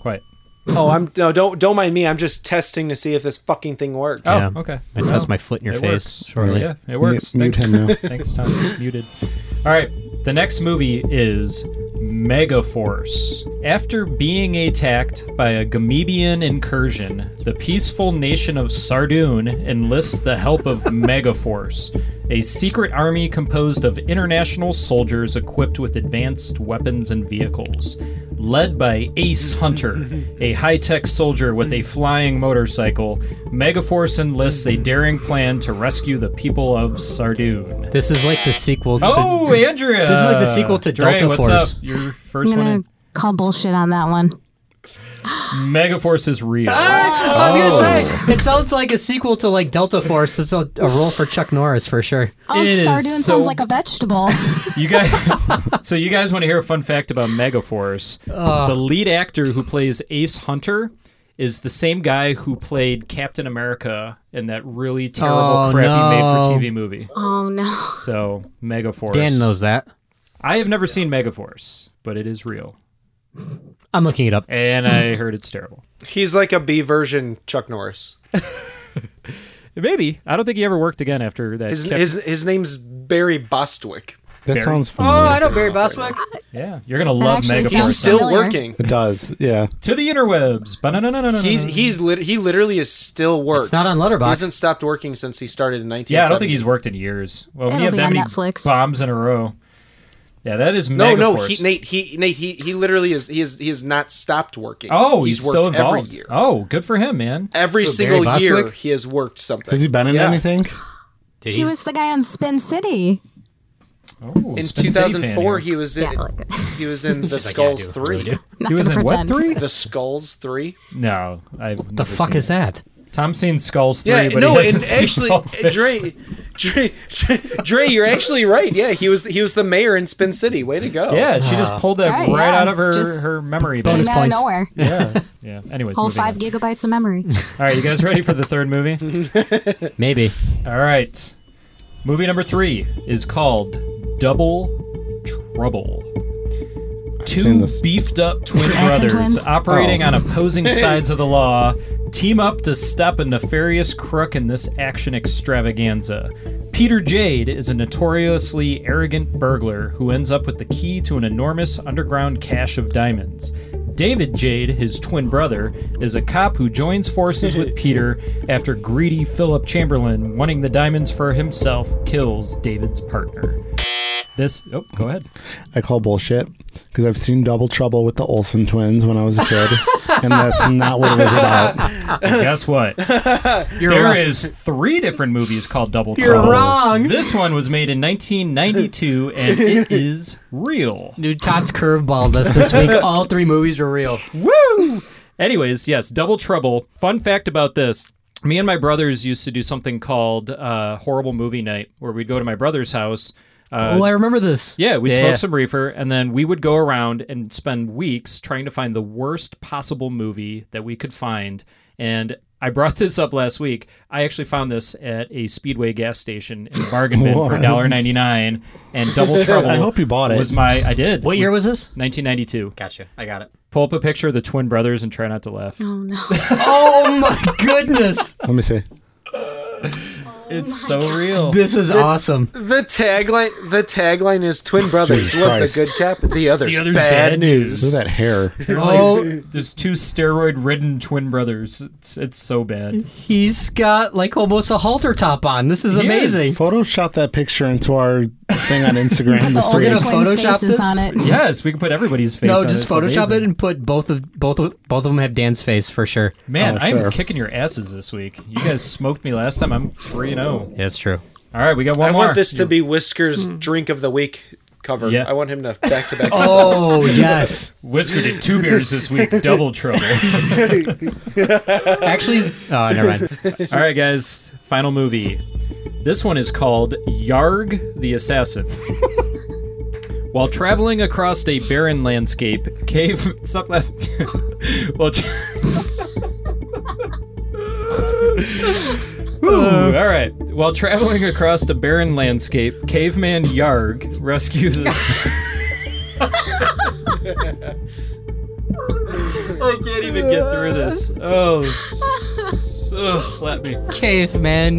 S3: Quiet.
S1: Oh, I'm no. Don't don't mind me. I'm just testing to see if this fucking thing works.
S3: Oh, Yeah. okay.
S2: I
S3: Well,
S2: toss my foot in your
S3: it
S2: face
S3: works.
S2: shortly.
S3: Yeah, it works.
S2: Mute-
S3: Thanks.
S2: mute him now.
S3: Thanks, Tom. Muted. All right. The next movie is Megaforce. After being attacked by a Gamebian incursion, the peaceful nation of Sardoon enlists the help of Megaforce, a secret army composed of international soldiers equipped with advanced weapons and vehicles. Led by Ace Hunter, a high tech soldier with a flying motorcycle, Megaforce enlists a daring plan to rescue the people of Sardoon.
S2: This is like the sequel. to...
S3: Oh, Andrea!
S2: This is like the sequel to
S3: Dre,
S2: Delta
S3: what's
S2: Force.
S3: Up? Your first
S15: I'm
S3: one.
S15: gonna
S3: In-
S15: call bullshit on that one.
S3: Megaforce is real.
S1: Ah!
S2: I was gonna say it sounds like a sequel to like Delta Force. It's a, a role for Chuck Norris for sure.
S15: Oh,
S3: It is
S15: Sardoon
S3: so-
S15: sounds like a vegetable.
S3: You guys, so you guys want to hear a fun fact about Megaforce?
S2: Ugh.
S3: The lead actor who plays Ace Hunter is the same guy who played Captain America in that really terrible,
S2: Oh,
S3: crappy
S2: no.
S3: made-for-TV movie.
S15: Oh no.
S3: So Megaforce.
S2: Dan knows that.
S3: I have never seen Megaforce, but it is real,
S2: I'm looking it up.
S3: and I heard it's terrible.
S1: He's like a B version Chuck Norris.
S3: Maybe I don't think he ever worked again after that.
S1: His
S3: Cap-
S1: his, his name's Barry Bostwick.
S9: That
S3: Barry.
S9: sounds
S2: Oh,
S9: fun.
S2: I know Barry Boswick.
S3: Yeah, you're gonna
S1: That
S3: love
S1: actually
S3: Megaforce.
S1: sounds He's still familiar. working.
S9: It does, yeah.
S3: to the interwebs. Ba-na-na-na-na-na-na.
S1: He's he's lit- he literally is still working.
S3: It's not on Letterboxd.
S1: He hasn't stopped working since he started in 1970.
S3: yeah, I don't think he's worked in years. Well, when
S1: It'll
S3: you have
S1: be
S3: that
S1: on
S3: many
S1: Netflix.
S3: bombs in a row. Yeah, that is
S1: No,
S3: Megaforce.
S1: no, he, Nate, he, Nate, he, he literally is. He is. He has not stopped working.
S3: oh, he's,
S1: worked
S3: still involved.
S1: every year.
S3: Oh, good for him, man.
S1: Every
S3: Who,
S1: single
S3: Barry
S1: year,
S3: Bostwick?
S1: he has worked something.
S9: Has he been in
S1: Yeah.
S9: anything?
S15: he was the guy on Spin City.
S1: in
S3: Spin City fan
S1: 2004, he was in. he was in The
S2: She's like,
S1: Skulls
S2: yeah, I do. I
S1: Three.
S2: really do.
S3: He was in what three?
S1: The Skulls Three.
S3: No, I've what
S2: the fuck is that?
S3: Tom's seen Skulls three,
S1: Yeah,
S3: but
S1: no,
S3: he hasn't
S1: and
S3: seen
S1: actually,
S3: Pulp
S1: Dre, Dre, Dre, Dre, you're actually right. Yeah, he was. He was the mayor in Spin City. Way to go.
S3: Yeah, she just pulled that
S15: That's
S3: right,
S15: right, yeah.
S3: out of her,
S15: Just
S3: her memory.
S15: came
S3: bank.
S15: out of nowhere.
S3: Yeah, yeah. Anyways,
S15: Whole
S3: moving
S15: five
S3: on.
S15: gigabytes of memory.
S3: All right, you guys ready for the third movie?
S2: Maybe.
S3: All right. Movie number three is called Double Trouble.
S9: seen
S3: Two
S9: this.
S3: beefed up twin
S9: Ass and
S3: brothers
S9: twins?
S3: operating
S9: Oh.
S3: on opposing sides of the law team up to stop a nefarious crook in this action extravaganza. Peter Jade is a notoriously arrogant burglar who ends up with the key to an enormous underground cache of diamonds. David Jade, his twin brother, is a cop who joins forces with Peter after greedy Philip Chamberlain, wanting the diamonds for himself, kills David's partner. This. Oh, go ahead.
S9: I call bullshit because I've seen Double Trouble with the Olsen twins when I was a kid, and that's not what it was about.
S3: And guess what?
S2: You're
S3: There
S2: wrong.
S3: is three different movies called Double
S2: You're
S3: Trouble.
S2: wrong.
S3: This one was made in 1992, and it is real.
S2: Dude, Todd's curveballed us this week. All three movies were real.
S3: Uh, Woo! Anyways, yes, Double Trouble. Fun fact about this. Me and my brothers used to do something called uh, Horrible Movie Night, where we'd go to my brother's house. Uh,
S2: oh, I remember this.
S3: yeah, we'd
S2: Yeah.
S3: smoke some reefer, and then we would go around and spend weeks trying to find the worst possible movie that we could find. And I brought this up last week. I actually found this at a Speedway gas station in Bargain Bin for
S9: What?
S3: $1.99. And Double Trouble.
S9: I hope you bought it.
S3: Was my I did.
S2: What year was this?
S3: 1992.
S2: Gotcha. I got it.
S3: Pull up a picture of the twin brothers and try not to laugh.
S2: Oh my goodness.
S9: Let me see.
S3: It's so real.
S2: This is
S1: The-
S2: awesome.
S1: The tagline the tagline is twin brothers.
S2: Jesus
S1: One's
S2: Christ.
S1: a good cop, the other's,
S3: The other's
S1: bad,
S3: bad
S1: news.
S3: news.
S9: Look at that hair.
S3: They're
S2: Oh.
S3: like there's two steroid-ridden twin brothers. It's, it's so bad.
S2: He's got like almost a halter top on. This is amazing.
S9: Photoshop that picture into our thing on Instagram.
S2: Put the
S9: the
S2: Olsen
S9: three of us.
S2: twins Photoshop faces this? on it.
S3: Yes, we can put everybody's face.
S2: no,
S3: on
S2: just
S3: it. It's
S2: Photoshop it
S3: amazing.
S2: and put both of both of both of them have Dan's face for Oh, sure.
S3: Man, I'm kicking your asses this week. You guys smoked me last time. I'm three and zero.
S2: Yeah, it's true.
S3: All right, we got one
S1: I
S3: more.
S1: want this to be Whiskers' drink of the week cover.
S3: Yeah.
S1: I want him to back to back.
S2: Oh, yes.
S3: Whisker did two beers this week. Double trouble.
S2: Actually, oh, never mind.
S3: All right, guys. Final movie. This one is called Yarg the Assassin. While traveling across a barren landscape, cave. Stop laughing. While tra- Ooh, all right. While traveling across a barren landscape, caveman Yarg rescues a. I can't even get through this. Oh, s- ugh, slap me.
S2: Caveman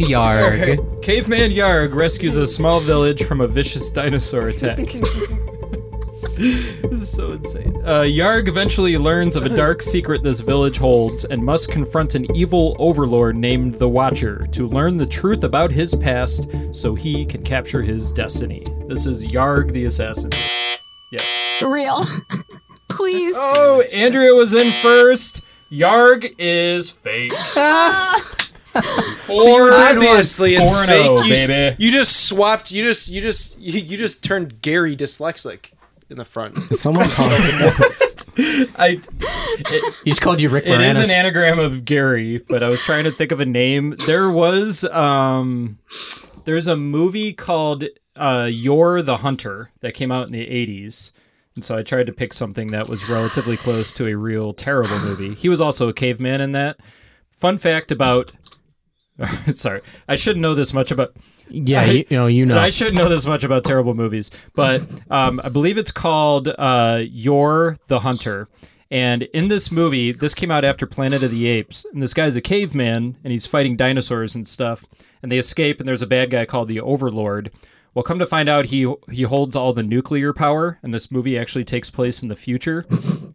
S2: Yarg.
S3: Caveman Yarg rescues a small village from a vicious dinosaur attack. this is so insane. Uh, Yarg eventually learns of a dark secret this village holds and must confront an evil overlord named the Watcher to learn the truth about his past so he can capture his destiny. This is Yarg the Assassin. Yes.
S15: Real. Please.
S3: Oh, Andrea was in first. Yarg is fake.
S1: So you
S3: Four-
S1: obviously it's
S3: Four and
S1: fake.
S3: oh,
S1: you, s-
S3: baby.
S1: you just swapped. You just you just you, you just turned Gary dyslexic in the front.
S9: Someone call
S3: I.
S2: He's called you Rick
S3: It is
S2: Moranis.
S3: an anagram of Gary, but I was trying to think of a name. There was um, there's a movie called uh, You're the Hunter that came out in the '80s, and so I tried to pick something that was relatively close to a real terrible movie. He was also a caveman in that. Fun fact about. Sorry, I shouldn't know this much about.
S2: Yeah,
S3: I-
S2: you, you know, you know.
S3: and I shouldn't know this much about terrible movies, but um, I believe it's called uh, You're the Hunter. And in this movie, this came out after Planet of the Apes, and this guy's a caveman and he's fighting dinosaurs and stuff. And they escape, and there's a bad guy called the Overlord. Well, come to find out, he he holds all the nuclear power, and this movie actually takes place in the future.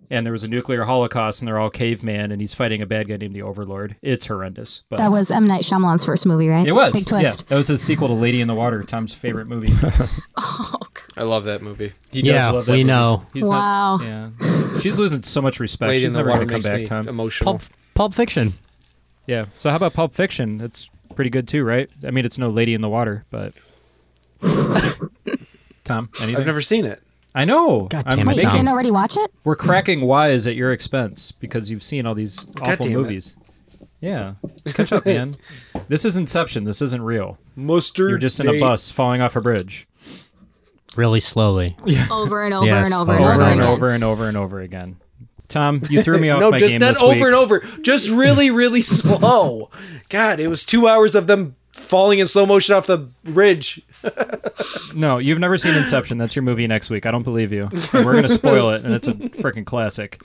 S3: And there was a nuclear holocaust, and they're all caveman, and he's fighting a bad guy named the Overlord. It's horrendous. But
S15: That was M. Night Shyamalan's first movie, right?
S3: it was.
S15: Big twist.
S3: Yeah, that was his sequel to Lady in the Water, Tom's favorite movie.
S1: I love that movie.
S3: He does
S2: Yeah,
S3: love that
S2: we
S3: movie.
S2: know.
S3: not- yeah. She's losing so much respect.
S1: Lady in
S3: She's
S1: the
S3: never
S1: Water
S3: going to come
S1: makes
S3: back,
S1: me
S3: Tom.
S1: emotional.
S3: Pulp-
S2: Pulp Fiction.
S3: yeah. So how about Pulp Fiction? That's pretty good too, right? I mean, it's no Lady in the Water, but Tom, anything?
S1: I've never seen it.
S3: I know. God
S15: Wait, you didn't already watch it?
S3: We're cracking wise at your expense because you've seen all these awful
S1: damn it.
S3: movies. Yeah. Catch up, man. This is Inception. This isn't real.
S1: Mustard.
S3: You're just in a
S1: Nate.
S3: bus falling off a bridge.
S2: Really slowly.
S15: Over and
S2: Yes.
S3: over and over and over and over again. Tom, you threw me off
S1: no,
S3: my
S1: just
S3: game
S1: not
S3: this
S1: over
S3: week.
S1: and over. Just really, really slow. God, it was two hours of them falling in slow motion off the ridge.
S3: No, you've never seen Inception. That's your movie next week. I don't believe you. And we're gonna spoil it, and it's a freaking classic.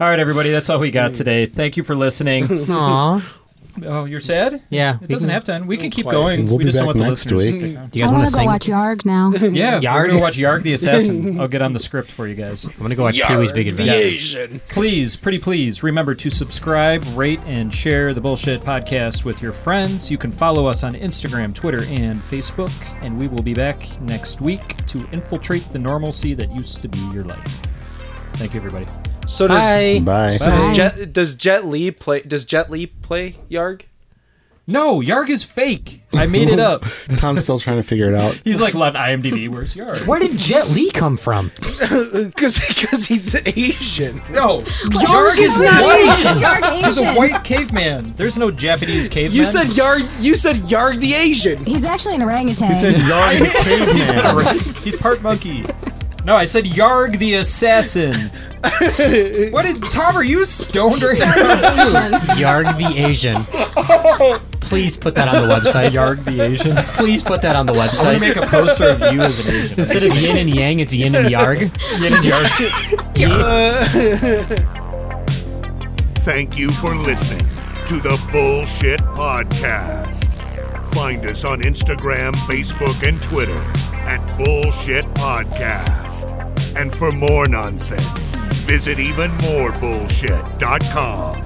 S3: All right, everybody, that's all we got today. Thank you for listening.
S2: Aw.
S3: Oh, you're sad?
S2: Yeah.
S3: It doesn't have to end. We can keep
S2: Quiet.
S3: going. we
S9: We'll be
S3: just don't
S9: back
S3: want the
S9: next
S3: listeners
S9: week.
S3: to stick around.
S2: You
S15: I
S2: guys
S15: want
S2: want
S15: to
S2: to
S15: go
S2: sing?
S15: watch Yarg now.
S3: Yeah, we're
S2: Yarg?
S3: gonna watch Yarg the Assassin. I'll get on the script for you guys. I'm
S2: gonna go watch Pee-wee's Big Yarg the Adventure. Asian.
S3: Please, pretty please, remember to subscribe, rate, and share the Bullshit Podcast with your friends. You can follow us on Instagram, Twitter, and Facebook. And we will be back next week to infiltrate the normalcy that used to be your life. Thank you, everybody.
S1: So does
S3: Bye. Bye.
S1: So
S3: Bye.
S1: does Jet does Jet Li play does Jet Li play Yarg?
S3: No, Yarg is fake. I made it up.
S9: Tom's still trying to figure it out.
S3: He's like, left IMDb, where's Yarg?
S2: Where did Jet Li come from?
S1: Because he's Asian.
S3: No,
S1: Yarg is not Asian.
S3: He's a white caveman. There's no Japanese caveman.
S1: You said Yarg. You said Yarg the Asian.
S15: He's actually an orangutan.
S3: He's, not right. He's part monkey. No, I said Yarg the assassin. what did Tom? Are you stoned or
S2: Yarg the Asian. Please put that on the website.
S3: Yarg the Asian.
S2: Please put that on the
S3: I'm gonna
S2: website.
S3: make a poster of you as an Asian.
S2: Instead of yin and yang, it's yin and yarg.
S3: Yin and yarg.
S8: Thank you for listening to the Bullshit Podcast. Find us on Instagram, Facebook, and Twitter at Bullshit Podcast. And for more nonsense, visit evenmorebullshit.com.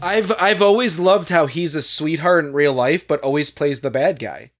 S1: I've I've always loved how he's a sweetheart in real life, but always plays the bad guy.